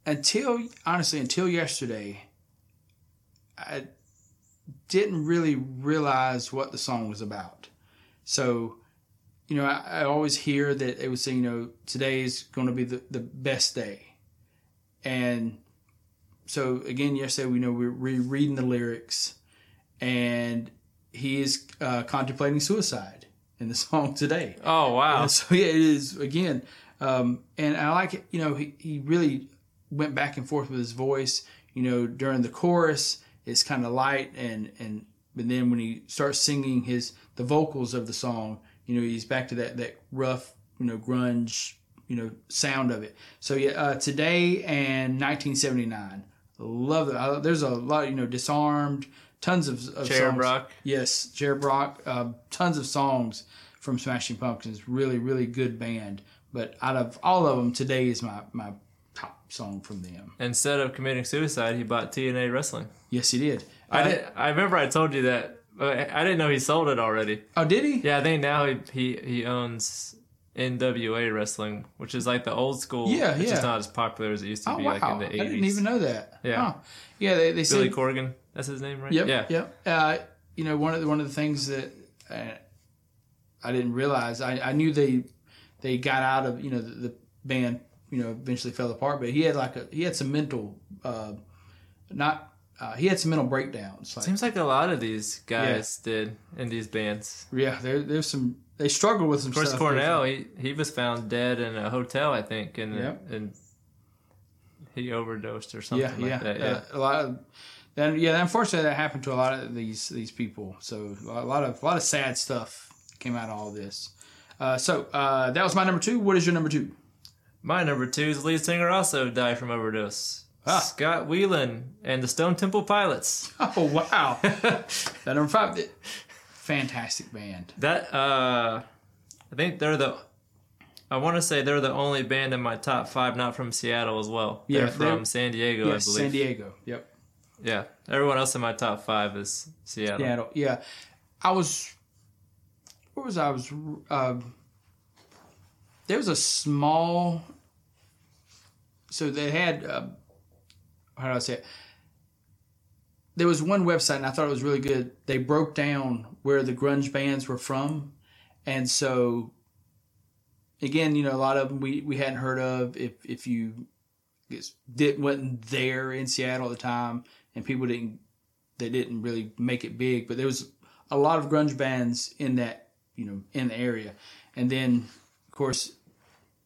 B: until honestly until yesterday, I didn't really realize what the song was about. So, you know, I, I always hear that it would say, you know, today is going to be the, the best day, and so again yesterday we know we're rereading the lyrics, and he is uh, contemplating suicide in the song today.
A: oh wow.
B: Uh, so yeah, it is again, um, and I like it. You know, he, he really went back and forth with his voice. You know, during the chorus, it's kind of light, and and but then when he starts singing his the vocals of the song, you know, he's back to that that rough, you know, grunge, you know, sound of it. So yeah, uh, today and 1979, love it. I, there's a lot, you know, disarmed, tons of, of
A: Cherub
B: songs.
A: Rock.
B: Yes, Jared Brock. Uh, tons of songs from Smashing Pumpkins. Really, really good band. But out of all of them, today is my my top song from them.
A: Instead of committing suicide, he bought TNA Wrestling.
B: Yes, he did.
A: I
B: Uh,
A: did. I remember I told you that. but I I didn't know he sold it already.
B: Oh, did he?
A: Yeah, I think now he he, he owns NWA Wrestling, which is like the old school.
B: Yeah,
A: It's
B: yeah.
A: just not as popular as it used to
B: Oh
A: be,
B: wow!
A: like in the
B: I
A: eighties.
B: didn't even know that.
A: Yeah.
B: Huh. Yeah. They they
A: Billy
B: said.
A: Corgan, that's his name, right?
B: Yep.
A: Yeah.
B: Yep. Uh, you know, one of the one of the things that uh, I didn't realize, I, I knew they they got out of you know the, the band, you know, eventually fell apart. But he had like a he had some mental, uh, not uh, he had some mental breakdowns. Like,
A: Seems like a lot of these guys did in these bands.
B: yeah, there, there's some they struggled with some
A: Of course,
B: stuff.
A: Cornell, he, he was found dead in a hotel, I think, and
B: Yep.
A: and he overdosed or something
B: Yeah,
A: like
B: yeah,
A: that. Yeah.
B: Uh, a lot of. Then, yeah, unfortunately, that happened to a lot of these these people. So a lot of a lot of sad stuff came out of all this. Uh, so uh, that was my number two. What is your number two?
A: My number two is the lead singer also died from overdose.
B: Ah.
A: Scott Whelan and the Stone Temple Pilots.
B: Oh wow! that number five, th- fantastic band.
A: That uh I think they're the I want to say they're the only band in my top five not from Seattle as well.
B: Yeah,
A: they're from
B: they're-
A: San Diego,
B: Yes,
A: I believe.
B: San Diego. Yep.
A: Yeah. Everyone else in my top five is Seattle.
B: Seattle. Yeah, I was. Where was I? I was. Uh, there was a small. So they had. Uh, how do I say it? There was one website, and I thought it was really good. They broke down where the grunge bands were from, and so. Again, you know, a lot of them we, we hadn't heard of. If if you, it's- did wasn't there in Seattle at the time, and people didn't they didn't really make it big, but there was a lot of grunge bands in that you know in the area, and then of course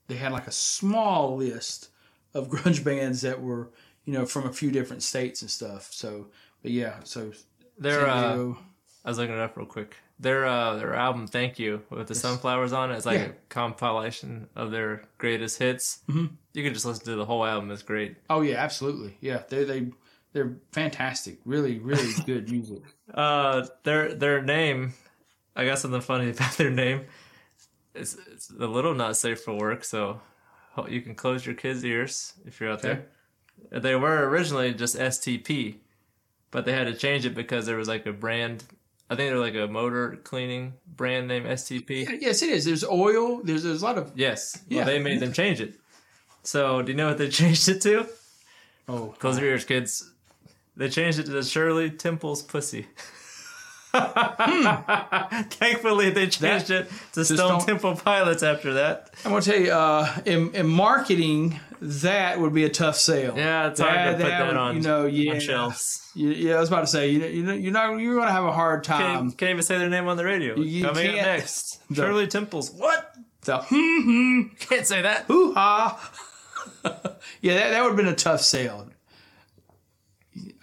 B: they had like a small list of grunge bands that were you know from a few different states and stuff. So, but yeah, so
A: They're,
B: San
A: uh,
B: Diego-
A: I was looking it up real quick. Their uh, their album "Thank You" with the sunflowers on it. It's like
B: Yeah.
A: a compilation of their greatest hits.
B: Mhm.
A: You can just listen to the whole album. It's great.
B: oh yeah, absolutely, yeah, they they they're fantastic, really really good music.
A: Uh, their their name. I got something funny about their name. It's it's a little not safe for work, so ho- you can close your kids' ears if you're out
B: Okay.
A: there. They were originally just STP, but they had to change it because there was like a brand. I think they were like a motor cleaning brand name STP.
B: Yes, it is. There's oil. There's there's a lot of
A: Yes.
B: Yeah.
A: Well, they made them change it. So, do you know what they changed it to?
B: oh
A: Close your ears, kids. They changed it to Shirley Temple's pussy. Hmm. Thankfully, they changed it to Stone
B: don't-
A: Temple Pilots after that.
B: I'm gonna tell you, uh, in, in marketing, that would be a tough sale.
A: Yeah, it's hard to put that,
B: would,
A: on,
B: You know, yeah,
A: on shelves.
B: You- yeah. I was about to say, you know, you know, you're not, you're gonna have a hard
A: Can't,
B: time.
A: can't even say their name on the radio.
B: you
A: Coming up
B: can't-
A: next,
B: the-
A: Shirley Temple's. What?
B: The hmm, hmm,
A: Can't say that.
B: hoo ha. yeah, that, that would have been a tough sale.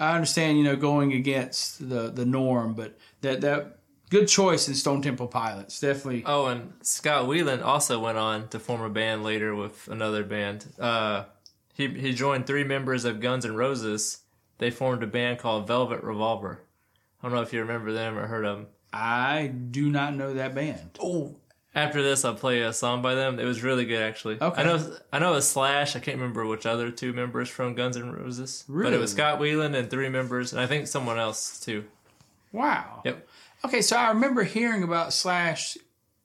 B: I understand, you know, going against the the norm, but that that good choice in Stone Temple Pilots, definitely.
A: Oh, and Scott Whelan also went on to form a band later with another band. Uh, he he joined three members of Guns N' Roses. They formed a band called Velvet Revolver. I don't know if you remember them or heard of them.
B: I do not know that band.
A: Oh. After this, I'll play a song by them. It was really good, actually.
B: Okay.
A: I know I know a Slash. I can't remember which other two members from Guns N' Roses. But
B: Really?
A: it was Scott Whelan and three members, and I think someone else too.
B: Wow.
A: Yep.
B: Okay, so I remember hearing about Slash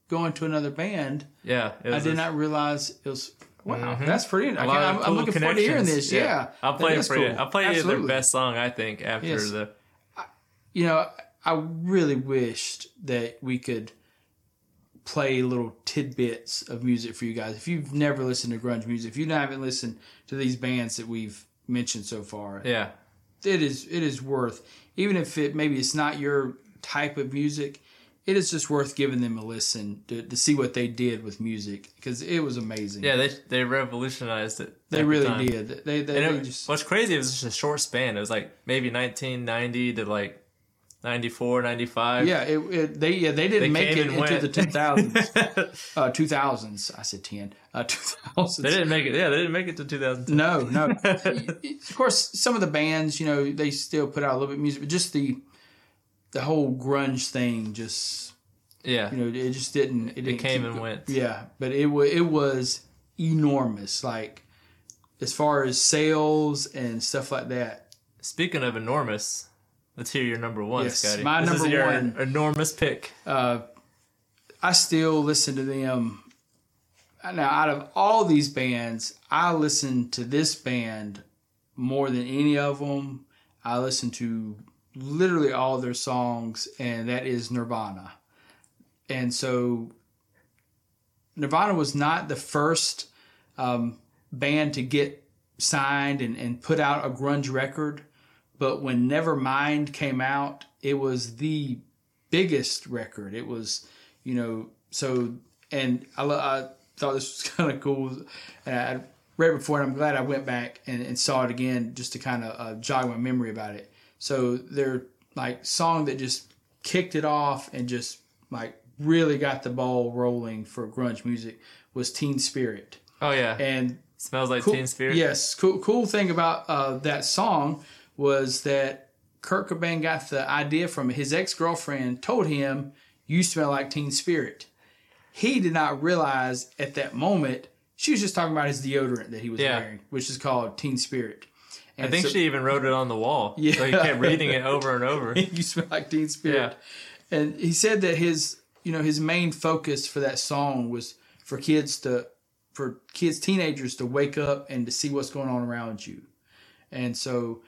B: going to another band.
A: Yeah. It
B: I
A: was
B: did
A: a-
B: not realize it was. Wow, that's pretty. I
A: Mm-hmm. A lot of
B: am I'm
A: cool
B: looking forward to hearing
A: connections.
B: this. Yeah,
A: I'll
B: That
A: play it
B: is
A: for you.
B: cool.
A: I'll play you their
B: Absolutely.
A: best song, I think, after
B: Yes.
A: the
B: You know, I really wished that we could play little tidbits of music for you guys. If you've never listened to grunge music, if you haven't listened to these bands that we've mentioned so far,
A: yeah.
B: it is it is worth even if it maybe it's not your type of music it is just worth giving them a listen to, to see what they did with music because it was amazing
A: Yeah, they they revolutionized it. at
B: they
A: the
B: really
A: time.
B: did they they,
A: And
B: they
A: it,
B: just
A: what's crazy is it's just a short span. It was like maybe 1990 to like 94, 95.
B: yeah it, it they yeah they didn't make
A: came
B: it
A: and
B: into
A: went.
B: the 2000s uh 2000s i said 10 uh 2000s
A: They didn't make it. Yeah, they didn't make it to 2010.
B: No, no. of course, some of the bands, you know, they still put out a little bit of music, but just the the whole grunge thing, just
A: Yeah.
B: you know, it just didn't. It, didn't
A: came
B: keep
A: and
B: go-
A: went.
B: Yeah, but it was it was enormous. Like as far as sales and stuff like that.
A: Speaking of enormous, let's hear your number one,
B: Yes,
A: Scotty.
B: my
A: this is
B: number
A: your
B: one.
A: enormous pick.
B: Uh, I still listen to them. Now, out of all these bands, I listen to this band more than any of them. I listen to literally all their songs, and that is Nirvana. And so, Nirvana was not the first um, band to get signed and, and put out a grunge record, but when Nevermind came out, it was the biggest record. It was, you know, so and I, lo- I thought this was kind of cool. And I read it before, and I'm glad I went back and, and saw it again just to kind of uh, jog my memory about it. So their like song that just kicked it off and just like really got the ball rolling for grunge music was Teen Spirit.
A: Oh yeah,
B: And
A: smells like Teen Spirit.
B: Yes, cool. Cool thing about uh, that song was that Kurt Cobain got the idea from his ex girlfriend. Told him, "You smell like Teen Spirit." He did not realize at that moment she was just talking about his deodorant that he was
A: Yeah.
B: wearing, which is called Teen Spirit.
A: I think
B: so-
A: she even wrote it on the wall.
B: Yeah.
A: So he kept reading it over and over.
B: you smell like Teen Spirit. And he said that his, you know, his main focus for that song was for kids to, for kids, teenagers to wake up and to see what's going on around you. And so,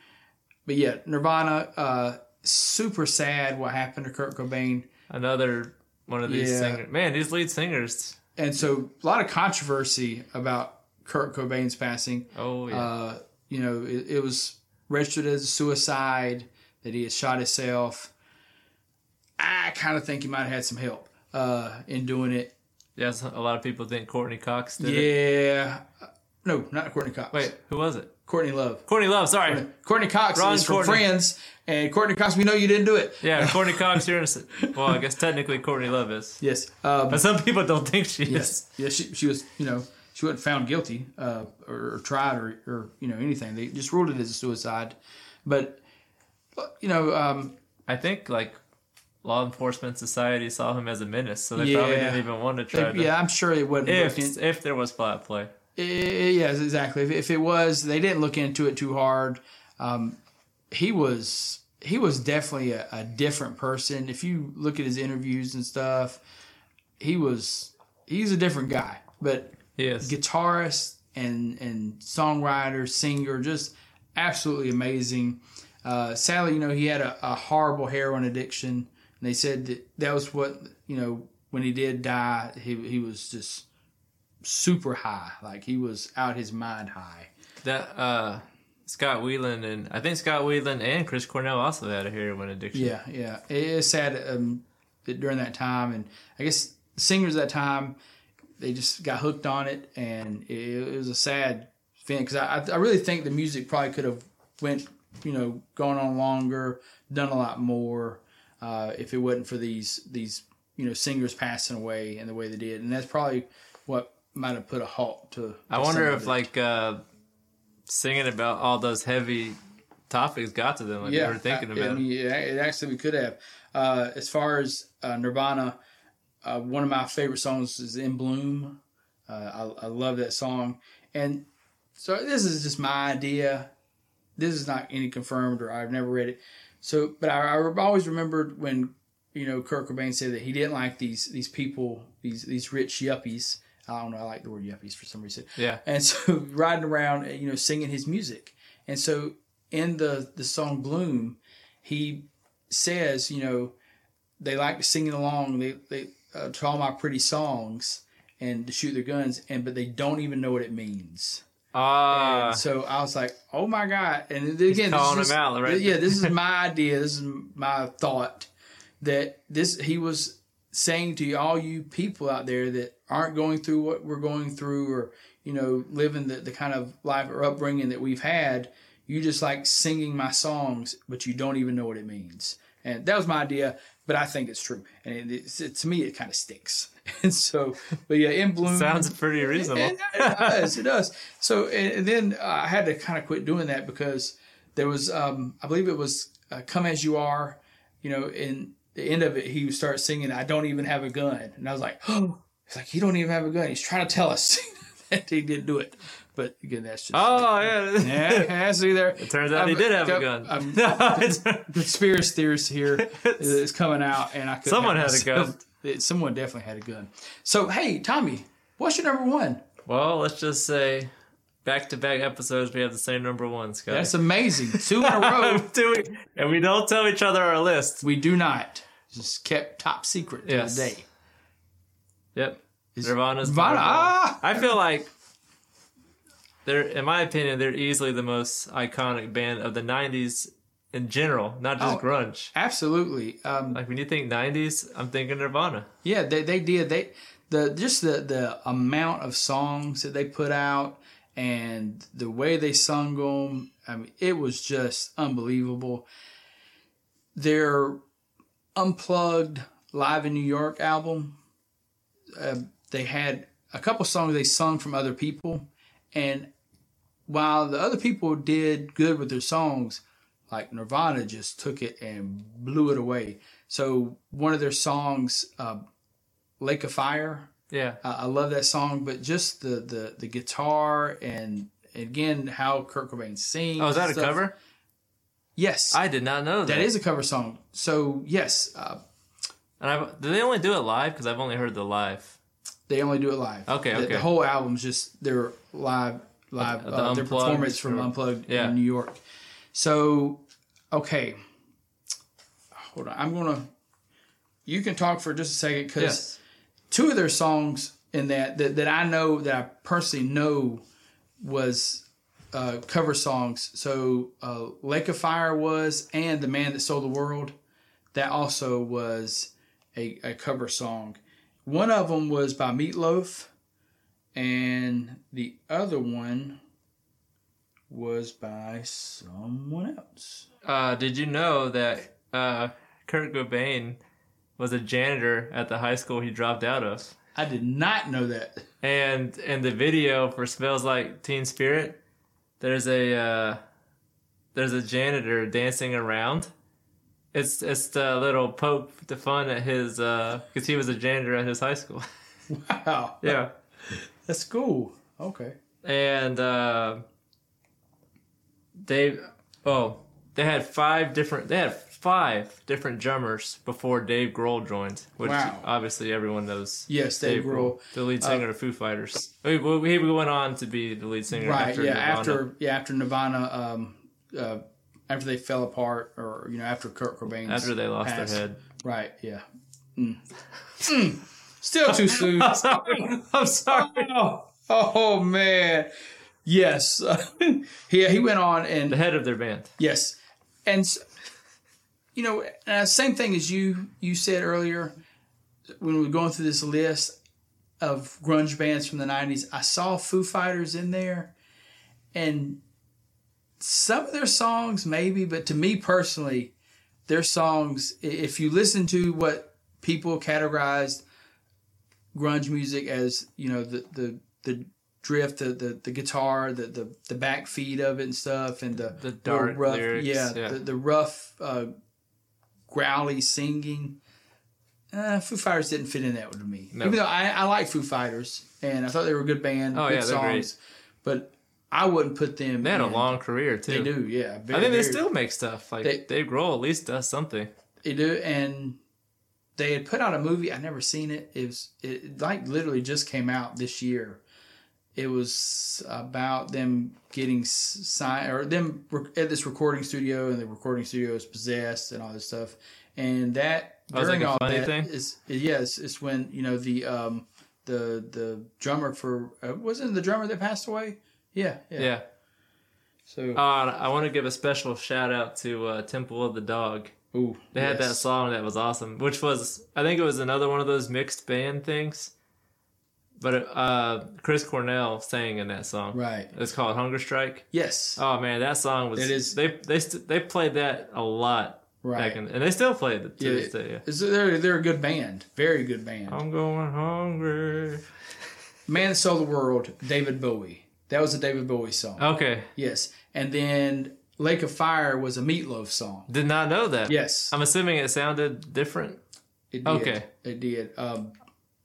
B: but yeah, Nirvana, uh, super sad what happened to Kurt Cobain.
A: Another one of these
B: Yeah.
A: singers. Man, these lead singers.
B: And so a lot of controversy about Kurt Cobain's passing.
A: Oh, yeah.
B: Uh, you know, it, it was registered as a suicide that he had shot himself. I kind of think he might have had some help uh, in doing it.
A: yeah, so a lot of people think Courtney Cox did it.
B: yeah, no, not Courtney Cox.
A: Wait, who was it?
B: Courtney Love.
A: Courtney Love, sorry.
B: Courtney Cox
A: Wrong
B: is from
A: Courtney.
B: Friends, and Courtney Cox, we know you didn't do it.
A: Yeah, Courtney Cox, you're innocent. Well, I guess technically Courtney Love is.
B: Yes, um,
A: But some people don't think she is.
B: yes, yeah. She, she was, you know, she wasn't found guilty uh, or, or tried or, or you know anything. They just ruled it as a suicide. But you know, um,
A: I think like law enforcement society saw him as a menace, so they probably
B: Yeah.
A: didn't even want to try to.
B: yeah, I'm sure it wasn't. looked in-
A: If if there was flat play,
B: I- I- Eh, yes, exactly. If, if it was, they didn't look into it too hard. Um, he was he was definitely a, a different person. If you look at his interviews and stuff, he was he's a different guy. But
A: yes,
B: guitarist and and songwriter, singer, just absolutely amazing. Uh, sadly, you know, he had a, a horrible heroin addiction, and they said that that was what you know when he did die, he he was just super high, like he was out his mind high.
A: that uh, Scott Whelan and I think Scott Whelan and Chris Cornell also had a heroin addiction.
B: Yeah, yeah, it is sad um, that during that time, and I guess singers at that time they just got hooked on it, and it, it was a sad thing because I, I really think the music probably could have went you know gone on longer, done a lot more uh, if it wasn't for these these you know singers passing away and the way they did, and that's probably what might have put a halt to.
A: I
B: to
A: wonder
B: some of
A: if
B: it.
A: like uh, singing about all those heavy topics got to them, like they were thinking
B: I-
A: about.
B: I
A: it.
B: mean, yeah, it actually we could have. Uh, as far as uh, Nirvana, uh, one of my favorite songs is "In Bloom." Uh, I, I love that song, and so this is just my idea. This is not any confirmed or I've never read it. So, but I, I always remembered when you know Kurt Cobain said that he didn't like these these people, these these rich yuppies. I don't know. I like the word yuppies for some reason
A: Yeah,
B: and so riding around you know singing his music and so in the the song bloom he says you know they like singing along they they uh, to all my pretty songs and to shoot their guns and but they don't even know what it means
A: ah,
B: and so I was like, "Oh my god!" And again, this
A: calling
B: is-
A: him out, right?
B: Yeah, this is my idea. This is my thought that this he was saying to all you people out there that aren't going through what we're going through, or you know, living the, the kind of life or upbringing that we've had. You just like singing my songs, but you don't even know what it means. And that was my idea, but I think it's true. And it, it's it, to me, it kind of stinks. And so, but yeah, in bloom
A: sounds pretty reasonable.
B: it, it does. It does. So, and, and then uh, I had to kind of quit doing that because there was, um, I believe it was uh, "Come as You Are," you know, and the end of it, he starts singing, "I don't even have a gun," and I was like, "Oh, it's like he don't even have a gun. He's trying to tell us that he didn't do it." But again, that's just
A: Oh yeah.
B: yeah, that's either. It
A: Turns out he did have a gun.
B: conspiracy theorist here is coming out, and I could
A: Someone had a
B: Someone definitely had a gun. So, hey, Tommy, what's your number one?
A: well, let's just say back to back episodes we have the same number one, Scott.
B: That's amazing. Two in a row.
A: Do we- and we don't tell each other our list.
B: We do not. Just kept top secret till
A: Yes.
B: today.
A: Yep. Nirvana's
B: Vada.
A: number one.
B: Ah!
A: I feel like they're, in my opinion, they're easily the most iconic band of the '90s in general, not just
B: Oh.
A: grunge.
B: Absolutely. Um,
A: Like when you think '90s, I'm thinking Nirvana.
B: yeah, they, they did. They the just the the amount of songs that they put out and the way they sung them. I mean, it was just unbelievable. Their unplugged live in New York album um, they had a couple songs they sung from other people and while the other people did good with their songs like nirvana just took it and blew it away so one of their songs uh, lake of fire
A: Yeah,
B: I I love that song, but just the the, the guitar and again how Kurt Cobain sings.
A: Oh, is that
B: and
A: a
B: stuff.
A: cover?
B: Yes,
A: I did not know that.
B: that is a cover song. So yes, uh,
A: And I've, do they only do it live? Because I've only heard the live.
B: they only do it live.
A: Okay,
B: the,
A: okay.
B: The whole album's just their live, live
A: The
B: uh, their
A: Unplugged
B: performance from
A: or-
B: Unplugged
A: Yeah.
B: in New York. So, okay, hold on. I'm gonna. You can talk for just a second because two of their songs in that that, that I know that I personally know was uh, cover songs. So uh, Lake of Fire was, and The Man That Sold the World, that also was a, a cover song. One of them was by Meatloaf, and the other one was by someone else.
A: Uh, did you know that uh, Kurt Cobain was a janitor at the high school he dropped out of?
B: I did not know that.
A: And in the video for "Smells Like Teen Spirit," there's a uh, there's a janitor dancing around. It's it's the little poke the fun at his because he was a janitor at his high school.
B: Wow,
A: yeah.
B: that's cool. Okay.
A: and uh, they oh they had five different they had five different drummers before Dave Grohl joined, which
B: Wow.
A: obviously everyone knows.
B: Yes, Dave Grohl.
A: the lead singer of Foo Fighters. He, well, he went on to be the lead singer.
B: right
A: after
B: yeah
A: Nirvana.
B: after yeah after nirvana um uh after they fell apart or you know after kurt cobain
A: after they lost
B: passed.
A: their head.
B: right yeah Mm. Mm. still too soon
A: I'm sorry. I'm sorry.
B: oh, oh man yes yeah he went on and
A: The head of their band.
B: Yes, and s- you know, uh, same thing as you you said earlier when we were going through this list of grunge bands from the '90s. I saw Foo Fighters in there, and some of their songs, maybe, but to me personally, their songs, i- if you listen to what people categorized grunge music as, you know, the the the drift, the the, the guitar, the, the the back feed of it and stuff, and the
A: The dark
B: rough,
A: lyrics,
B: yeah,
A: yeah.
B: The, the rough, uh, growly singing. Uh, Foo Fighters didn't fit in that with me,
A: No.
B: even though I, I like Foo Fighters and I thought they were a good band,
A: Oh,
B: good
A: yeah, they're great.
B: songs, but I wouldn't put them.
A: They had a
B: in.
A: long career too.
B: They do, yeah. Very,
A: I think they
B: very-
A: still make stuff. Like
B: They-
A: Dave Grohl at least does something.
B: they do, and they had put out a movie. I never seen it. It was it like literally just came out this year. It was about them getting signed or them rec- at this recording studio, and the recording studio is possessed and all this stuff. And that
A: Oh, is it like
B: during
A: a
B: all
A: funny
B: that
A: thing?
B: is yes, it's when you know the um the the drummer for uh, wasn't it the drummer that passed away. Yeah, yeah.
A: yeah.
B: So
A: Uh, I want to give a special shout out to uh, Temple of the Dog.
B: ooh,
A: They had that
B: yes.
A: song that was awesome, which was I think it was another one of those mixed band things. But uh, Chris Cornell sang in that song.
B: right.
A: It's called Hunger Strike.
B: Yes,
A: Oh man, that song was.
B: It is-
A: They they st- they played that a lot
B: right.
A: back in, and they still play it to this day. Yeah.
B: Is- They're they're a good band, very good band.
A: I'm going hungry.
B: Man that Sold the World, David Bowie. That was a David Bowie song.
A: Okay,
B: Yes, and then Lake of Fire was a Meatloaf song.
A: did not know that.
B: Yes,
A: I'm assuming it sounded different.
B: it did.
A: okay.
B: it did. Um,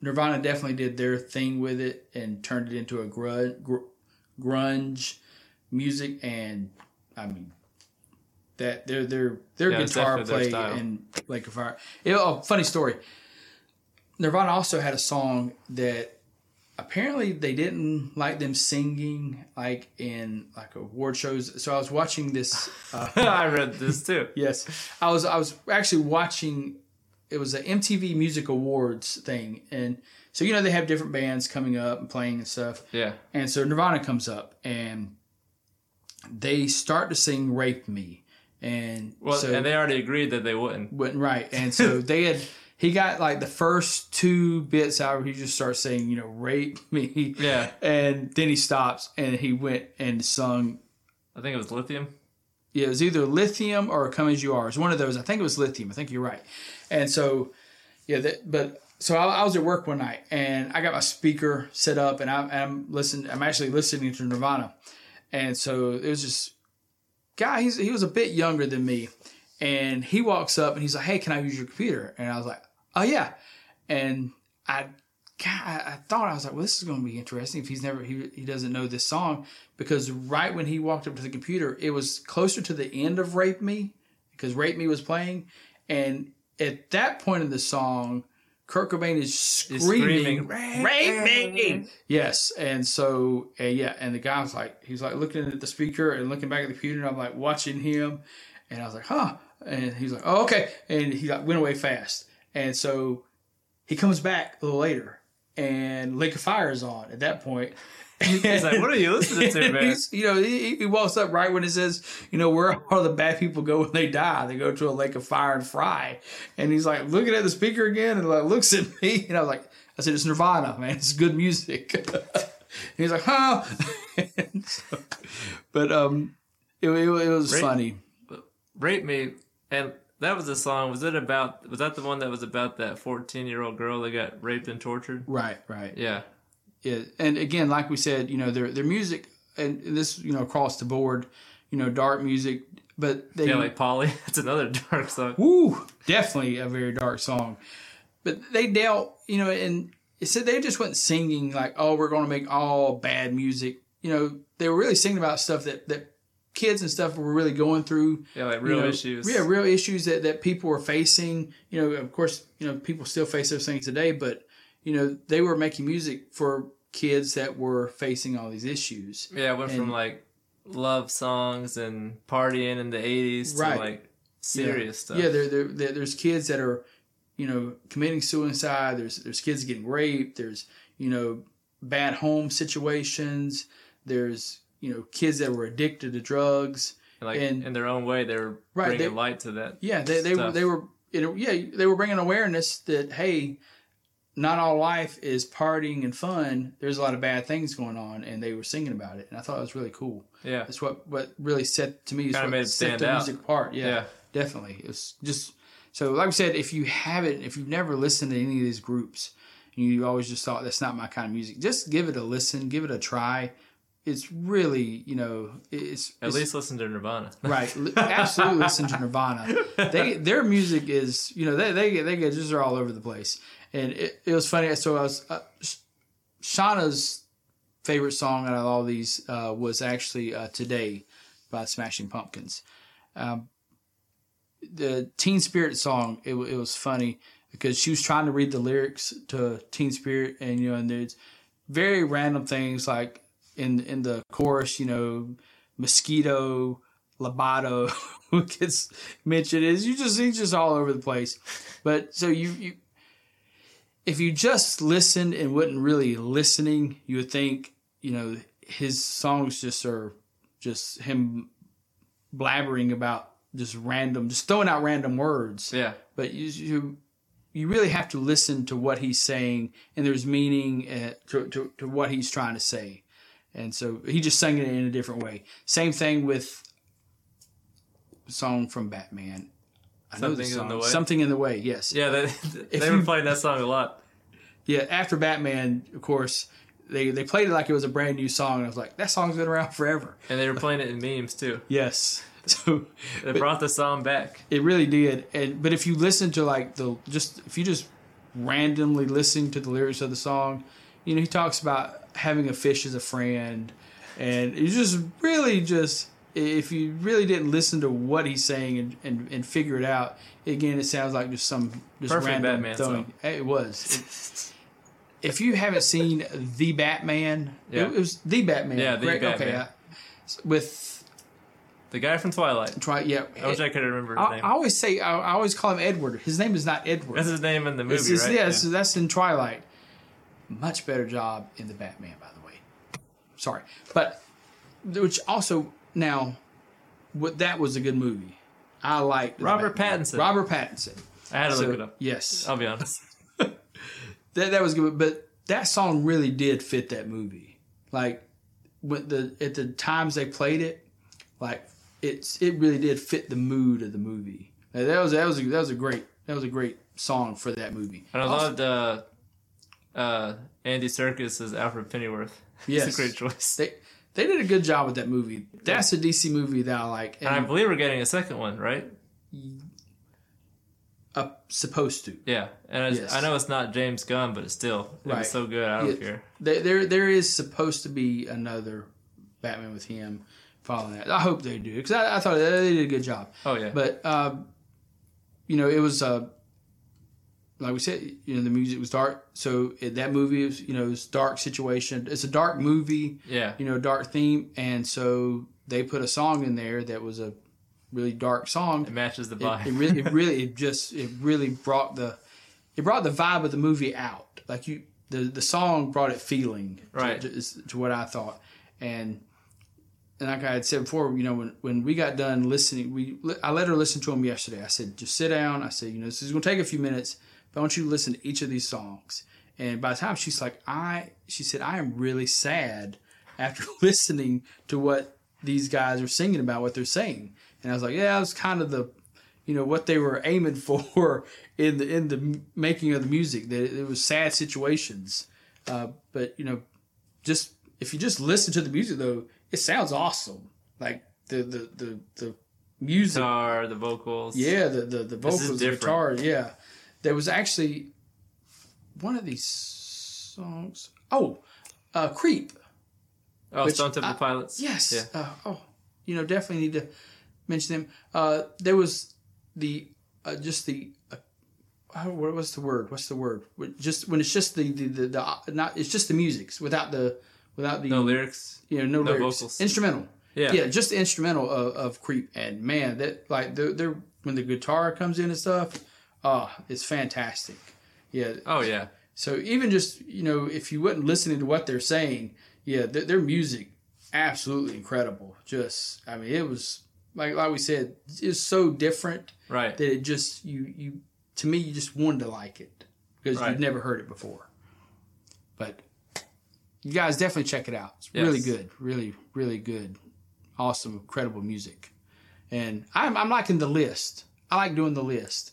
B: Nirvana definitely did their thing with it and turned it into a grunge, gr- grunge music, and I mean that their their their
A: Yeah, it's
B: guitar
A: definitely
B: play
A: their style.
B: in Lake of Fire. It- oh, funny story. Nirvana also had a song that apparently they didn't like them singing like in like award shows. So I was watching this. Uh,
A: I read this too.
B: yes, I was I was actually watching. It was an MTV Music Awards thing, and so you know they have different bands coming up and playing and stuff.
A: Yeah.
B: And so Nirvana comes up and they start to sing "Rape Me," and
A: Well,
B: so
A: and they already agreed that they wouldn't.
B: went right. And so they had he got like the first two bits out where he just starts saying, you know, "Rape Me,"
A: Yeah.
B: and then he stops and he went and sung
A: I think it was Lithium.
B: Yeah, it was either lithium or come as you are. It was one of those. I think it was lithium. I think you're right. And so, yeah, that, but so I, I was at work one night and I got my speaker set up and I'm, I'm listening. I'm actually listening to Nirvana. And so it was this guy. He's, he was a bit younger than me, and he walks up and he's like, "Hey, can I use your computer?" And I was like, "Oh yeah." And I God, I, I thought I was like, well, this is going to be interesting if he's never he, he doesn't know this song because right when he walked up to the computer, it was closer to the end of "Rape Me" because "Rape Me" was playing, and at that point in the song, Kurt Cobain is screaming,
A: screaming,
B: "Rape,
A: "Rape
B: me!"
A: me.
B: Yes, and so uh, yeah, and the guy was like, he's like looking at the speaker and looking back at the computer, and I'm like watching him, and I was like, huh, and he's like, oh okay, and he like went away fast, and so he comes back a little later, and Lake of Fire is on at that point.
A: He's like, what are you listening to, man?
B: He's- you know, he, he walks up right when it says, you know, where all the bad people go when they die. They go to a lake of fire and fry. And he's like looking at the speaker again and like looks at me. And I was like, I said, it's Nirvana, man. It's good music. and he's like, huh? And so- but um, it, it, it was
A: Right.
B: funny.
A: Rape Me, and that was a song. Was it about? Was that the one that was about that fourteen-year-old girl that got raped and tortured?
B: Right, right.
A: Yeah,
B: Yeah, and again, like we said, you know, their their music and this, you know, across the board, you know, dark music, but they
A: yeah, like Polly. That's another dark song.
B: Woo, definitely a very dark song. But they dealt, you know, and it said they just went singing like, "Oh, we're going to make all bad music." You know, they were really singing about stuff that that kids and stuff were really going through.
A: Yeah, like
B: you
A: real
B: know,
A: issues.
B: Yeah, real issues that that people were facing. You know, of course, you know people still face those things today, but you know they were making music for kids that were facing all these issues.
A: yeah. It went from
B: and-
A: like love songs and partying in the eighties
B: Right.
A: to like serious stuff.
B: Yeah, there, there, there, there's kids that are, you know, committing suicide. There's there's kids getting raped. There's you know bad home situations. There's you know kids that were addicted to drugs.
A: And, like
B: and-
A: in their own way, they were
B: Right,
A: bringing
B: they-
A: light to that.
B: Yeah, they they, were
A: Stuff.
B: they were you know, yeah they were bringing awareness that hey, not all life is partying and fun. There's a lot of bad things going on, and they were singing about it. And I thought it was really cool.
A: Yeah,
B: That's what what really set to me is
A: Kinda
B: what
A: made it
B: set
A: stand
B: the
A: out.
B: music apart. Yeah,
A: Yeah.
B: definitely. It's just so like we said, if you haven't, if you've never listened to any of these groups, and you always just thought that's not my kind of music, just give it a listen, give it a try. It's really you know it's
A: at
B: it's-
A: least listen to Nirvana.
B: right. Li- Absolutely listen to Nirvana. They their music is you know they they they get just are all over the place, and it, it was funny. So I was uh, Sh- Shauna's favorite song out of all these uh, was actually uh, "Today" by Smashing Pumpkins. Um, the Teen Spirit song it, wa- it was funny because she was trying to read the lyrics to Teen Spirit, and you know, and there's very random things like in in the chorus, you know, mosquito, Lobato who gets mentioned is you just he's just all over the place. But so you you if you just listened and wasn't really listening, you would think, you know, his songs just are just him blabbering about just random just throwing out random words.
A: Yeah,
B: But you you you really have to listen to what he's saying and there's meaning uh, to, to, to what he's trying to say. And so he just sang it in a different way. Same thing with song from Batman. I know
A: Something
B: this
A: in
B: song.
A: the Way?
B: Something in the way. Yes.
A: yeah. They, they were
B: you-
A: playing that song a lot.
B: Yeah, After Batman, of course, they they played it like it was a brand new song. And I was like, that song's been around forever.
A: And they were playing it in memes too.
B: Yes. So
A: They brought the song back.
B: It really did. And but if you listen to like the just if you just randomly listen to the lyrics of the song, you know, he talks about having a fish as a friend and it's just really just if you really didn't listen to what he's saying and, and, and figure it out, again it sounds like just some just
A: Perfect
B: random
A: Batman
B: throwing-
A: song.
B: It was. It- if you haven't seen The Batman,
A: Yeah.
B: it, it was The Batman.
A: Yeah, The
B: correct? Okay,
A: Batman.
B: I- with
A: The guy from Twilight.
B: try yeah.
A: I wish I could remember his
B: I,
A: name.
B: I always say I, I always call him Edward. His name is not Edward.
A: That's his name in the movie,
B: It's- it's-
A: right?
B: yeah, it's- that's in Twilight. Much better job in the Batman, by the way. Sorry, but which also now, what that was a good movie. I liked the
A: Robert
B: Batman.
A: Pattinson.
B: Robert Pattinson.
A: I had to
B: So,
A: look it up.
B: Yes,
A: I'll be honest.
B: that that was good, but that song really did fit that movie. Like when the at the times they played it, like it's it really did fit the mood of the movie. Now, that was that was a, that was a great that was a great song for that movie.
A: And I
B: Also-
A: loved uh, uh, Andy Serkis as Alfred Pennyworth.
B: Yes.
A: it's a great choice.
B: they they did a good job with that movie. That's a DC movie that I like.
A: And I
B: And
A: believe we're getting a second one, right?
B: uh, supposed to.
A: Yeah, and I,
B: Yes.
A: I know it's not James Gunn, but it's still it
B: Right.
A: was so good. I don't
B: Yeah.
A: care.
B: There, there, there is supposed to be another Batman with him following that. I hope they do because I, I thought they did a good job.
A: Oh yeah,
B: But uh, you know, it was uh, like we said. You know, the music was dark, so it, that movie is you know it's dark situation. It's a dark movie,
A: yeah,
B: you know, dark theme, and so they put a song in there that was a really dark song.
A: it matches the vibe.
B: It, it really, it really, it just, it really brought the, it brought the vibe of the movie out. Like you, the the song brought it feeling, to-
A: Right.
B: To, is- to what I thought, and and like I had said before, you know, when when we got done listening, we I let her listen to them yesterday. I said, just sit down. I said, you know, this is gonna take a few minutes, but I want you to listen to each of these songs. And by the time she's like, I, she said, I am really sad after listening to what these guys are singing about, what they're saying. And I was like, yeah, that was kind of the you know what they were aiming for in the in the m- making of the music. That it was sad situations, uh, but you know, just if you just listen to the music though, it sounds awesome. Like the the the, the music,
A: Guitar, the vocals.
B: yeah, the the, the
A: This is
B: vocals, the
A: different.
B: guitar, yeah. There was actually one of these songs. Oh, uh, "Creep."
A: Oh,
B: Which
A: Stone Temple
B: I-
A: Pilots.
B: Yes.
A: Yeah.
B: Uh, oh, you know, definitely need to mention them. Uh, there was the uh, just the uh, how- what was the word? What's the word? When- Just when it's just the the, the, the not it's just the music's without the without the
A: No lyrics.
B: you know no,
A: no
B: lyrics
A: vocals.
B: instrumental.
A: Yeah.
B: Yeah, just the instrumental of, of creep and man that like they're, they're when the guitar comes in and stuff, oh, it's fantastic. Yeah,
A: Oh yeah.
B: so even just you know, if you wasn't listening to what they're saying, yeah, th- their music absolutely incredible. Just I mean, it was like like we said, it's so different
A: Right.
B: that it just you you to me you just wanted to like it because
A: Right.
B: you've never heard it before. But you guys definitely check it out. It's really
A: Yes.
B: good, really really good, awesome, incredible music. And I'm I'm liking the list. I like doing the list.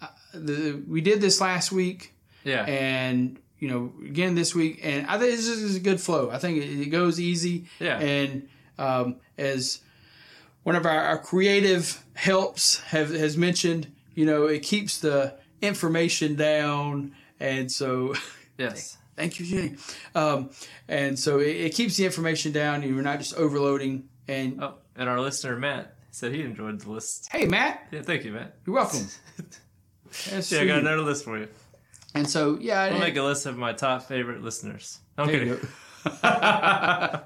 B: Uh, the, we did this last week
A: Yeah.
B: and you know again this week and i think this is a good flow i think it, it goes easy
A: Yeah.
B: and um, as one of our, our creative helps have has mentioned you know it keeps the information down and so
A: yes.
B: thank you jenny um, and so it, it keeps the information down and you're not just overloading and
A: Oh, and our listener Matt said he enjoyed the list.
B: hey matt
A: Yeah, thank you, Matt.
B: you're welcome That's
A: Yeah,
B: for
A: I got
B: you.
A: another list for you.
B: and so yeah
A: I'll
B: it-
A: make a list of my top favorite listeners.
B: there you
A: Okay.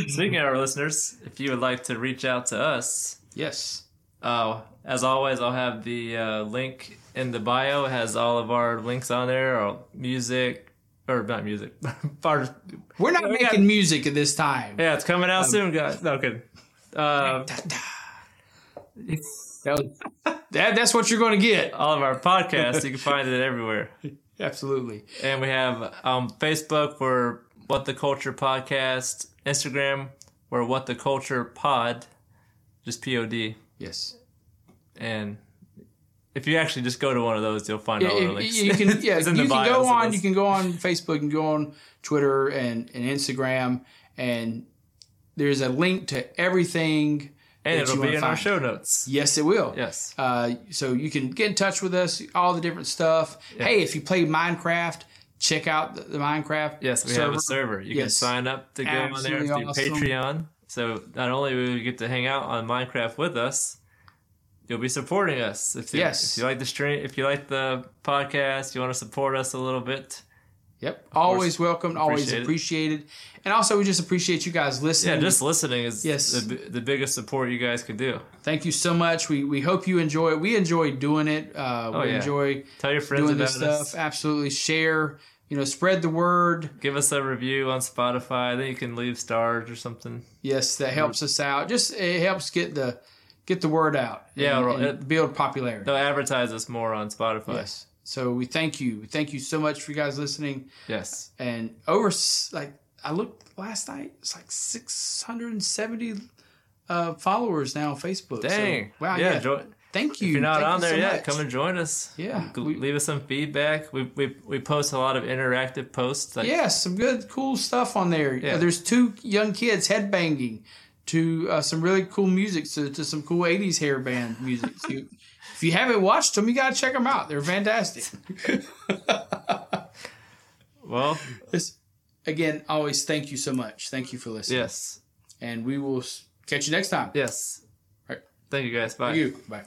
B: go.
A: Speaking of our listeners, if you would like to reach out to us,
B: yes
A: Uh, as always, I'll have the uh, link in the bio. It has all of our links on there, or music, or not music. Our-
B: we're not
A: We
B: making
A: got-
B: music at this time
A: yeah, it's coming out soon, guys. No, good. Uh,
B: That was- that, that's what you're going to get.
A: all of our podcasts, you can find it everywhere.
B: Absolutely.
A: And we have um, Facebook, we're What the Culture Podcast. Instagram, we're What the Culture Pod, just P-O-D.
B: Yes.
A: And if you actually just go to one of those, you'll find all our
B: You,
A: links.
B: you can, yeah,
A: It's
B: you
A: in the
B: can
A: bios
B: go
A: of
B: on.
A: us.
B: You can go on Facebook. You can go on Twitter and, and Instagram, and there's a link to everything.
A: and
B: that you
A: it'll be
B: wanna
A: in our
B: find.
A: show notes.
B: Yes, it will.
A: Yes.
B: Uh, so you can get in touch with us. All the different stuff. Hey, if you play Minecraft, check out the, the Minecraft.
A: Yes, we have
B: server.
A: a server. You can
B: Yes.
A: sign up to go on there
B: Absolutely
A: through
B: awesome.
A: Patreon. So not only will you get to hang out on Minecraft with us, you'll be supporting us. If you,
B: Yes.
A: if you like the stream, if you like the podcast, you want to support us a little bit.
B: Yep. Always welcome. Always
A: Appreciate it.
B: appreciated. And also, we just appreciate you guys listening.
A: Yeah, just listening is
B: Yes.
A: the, bi- the biggest support you guys can do.
B: Thank you so much. We we hope you enjoy it. We enjoy doing it. Uh, we
A: Oh, yeah.
B: enjoy
A: Tell your friends
B: doing
A: about
B: this stuff.
A: us.
B: Absolutely share. You know, spread the word.
A: Give us a review on Spotify. Then you can leave stars or something.
B: Yes,
A: Mm-hmm.
B: that helps us out. Just it helps get the get the word out.
A: Yeah,
B: and,
A: well,
B: and build popularity.
A: They'll advertise us more on Spotify.
B: yes. So we thank you. We thank you so much for you guys listening.
A: Yes.
B: And over s- like I looked last night, it's like six hundred and seventy uh, followers now on Facebook. So,
A: Dang.
B: wow.
A: Yeah.
B: Yeah.
A: join-
B: thank you.
A: if you're not
B: Thank you
A: on there
B: so
A: yet,
B: much.
A: come and join us.
B: Yeah,
A: G-
B: we-
A: leave us some feedback. We, we we post a lot of interactive posts. Like,
B: Yeah, some good, cool stuff on there. Uh,
A: Yeah.
B: There's two young kids headbanging to uh, some really cool music, to, to some cool 80s hair band music. so you, If you haven't watched them, you gotta check them out. They're fantastic.
A: Well,
B: This- again, always thank you so much. Thank you for listening,
A: yes,
B: and we will s- catch you next time.
A: yes.
B: Right.
A: Thank you guys. Bye.
B: Thank you. Bye.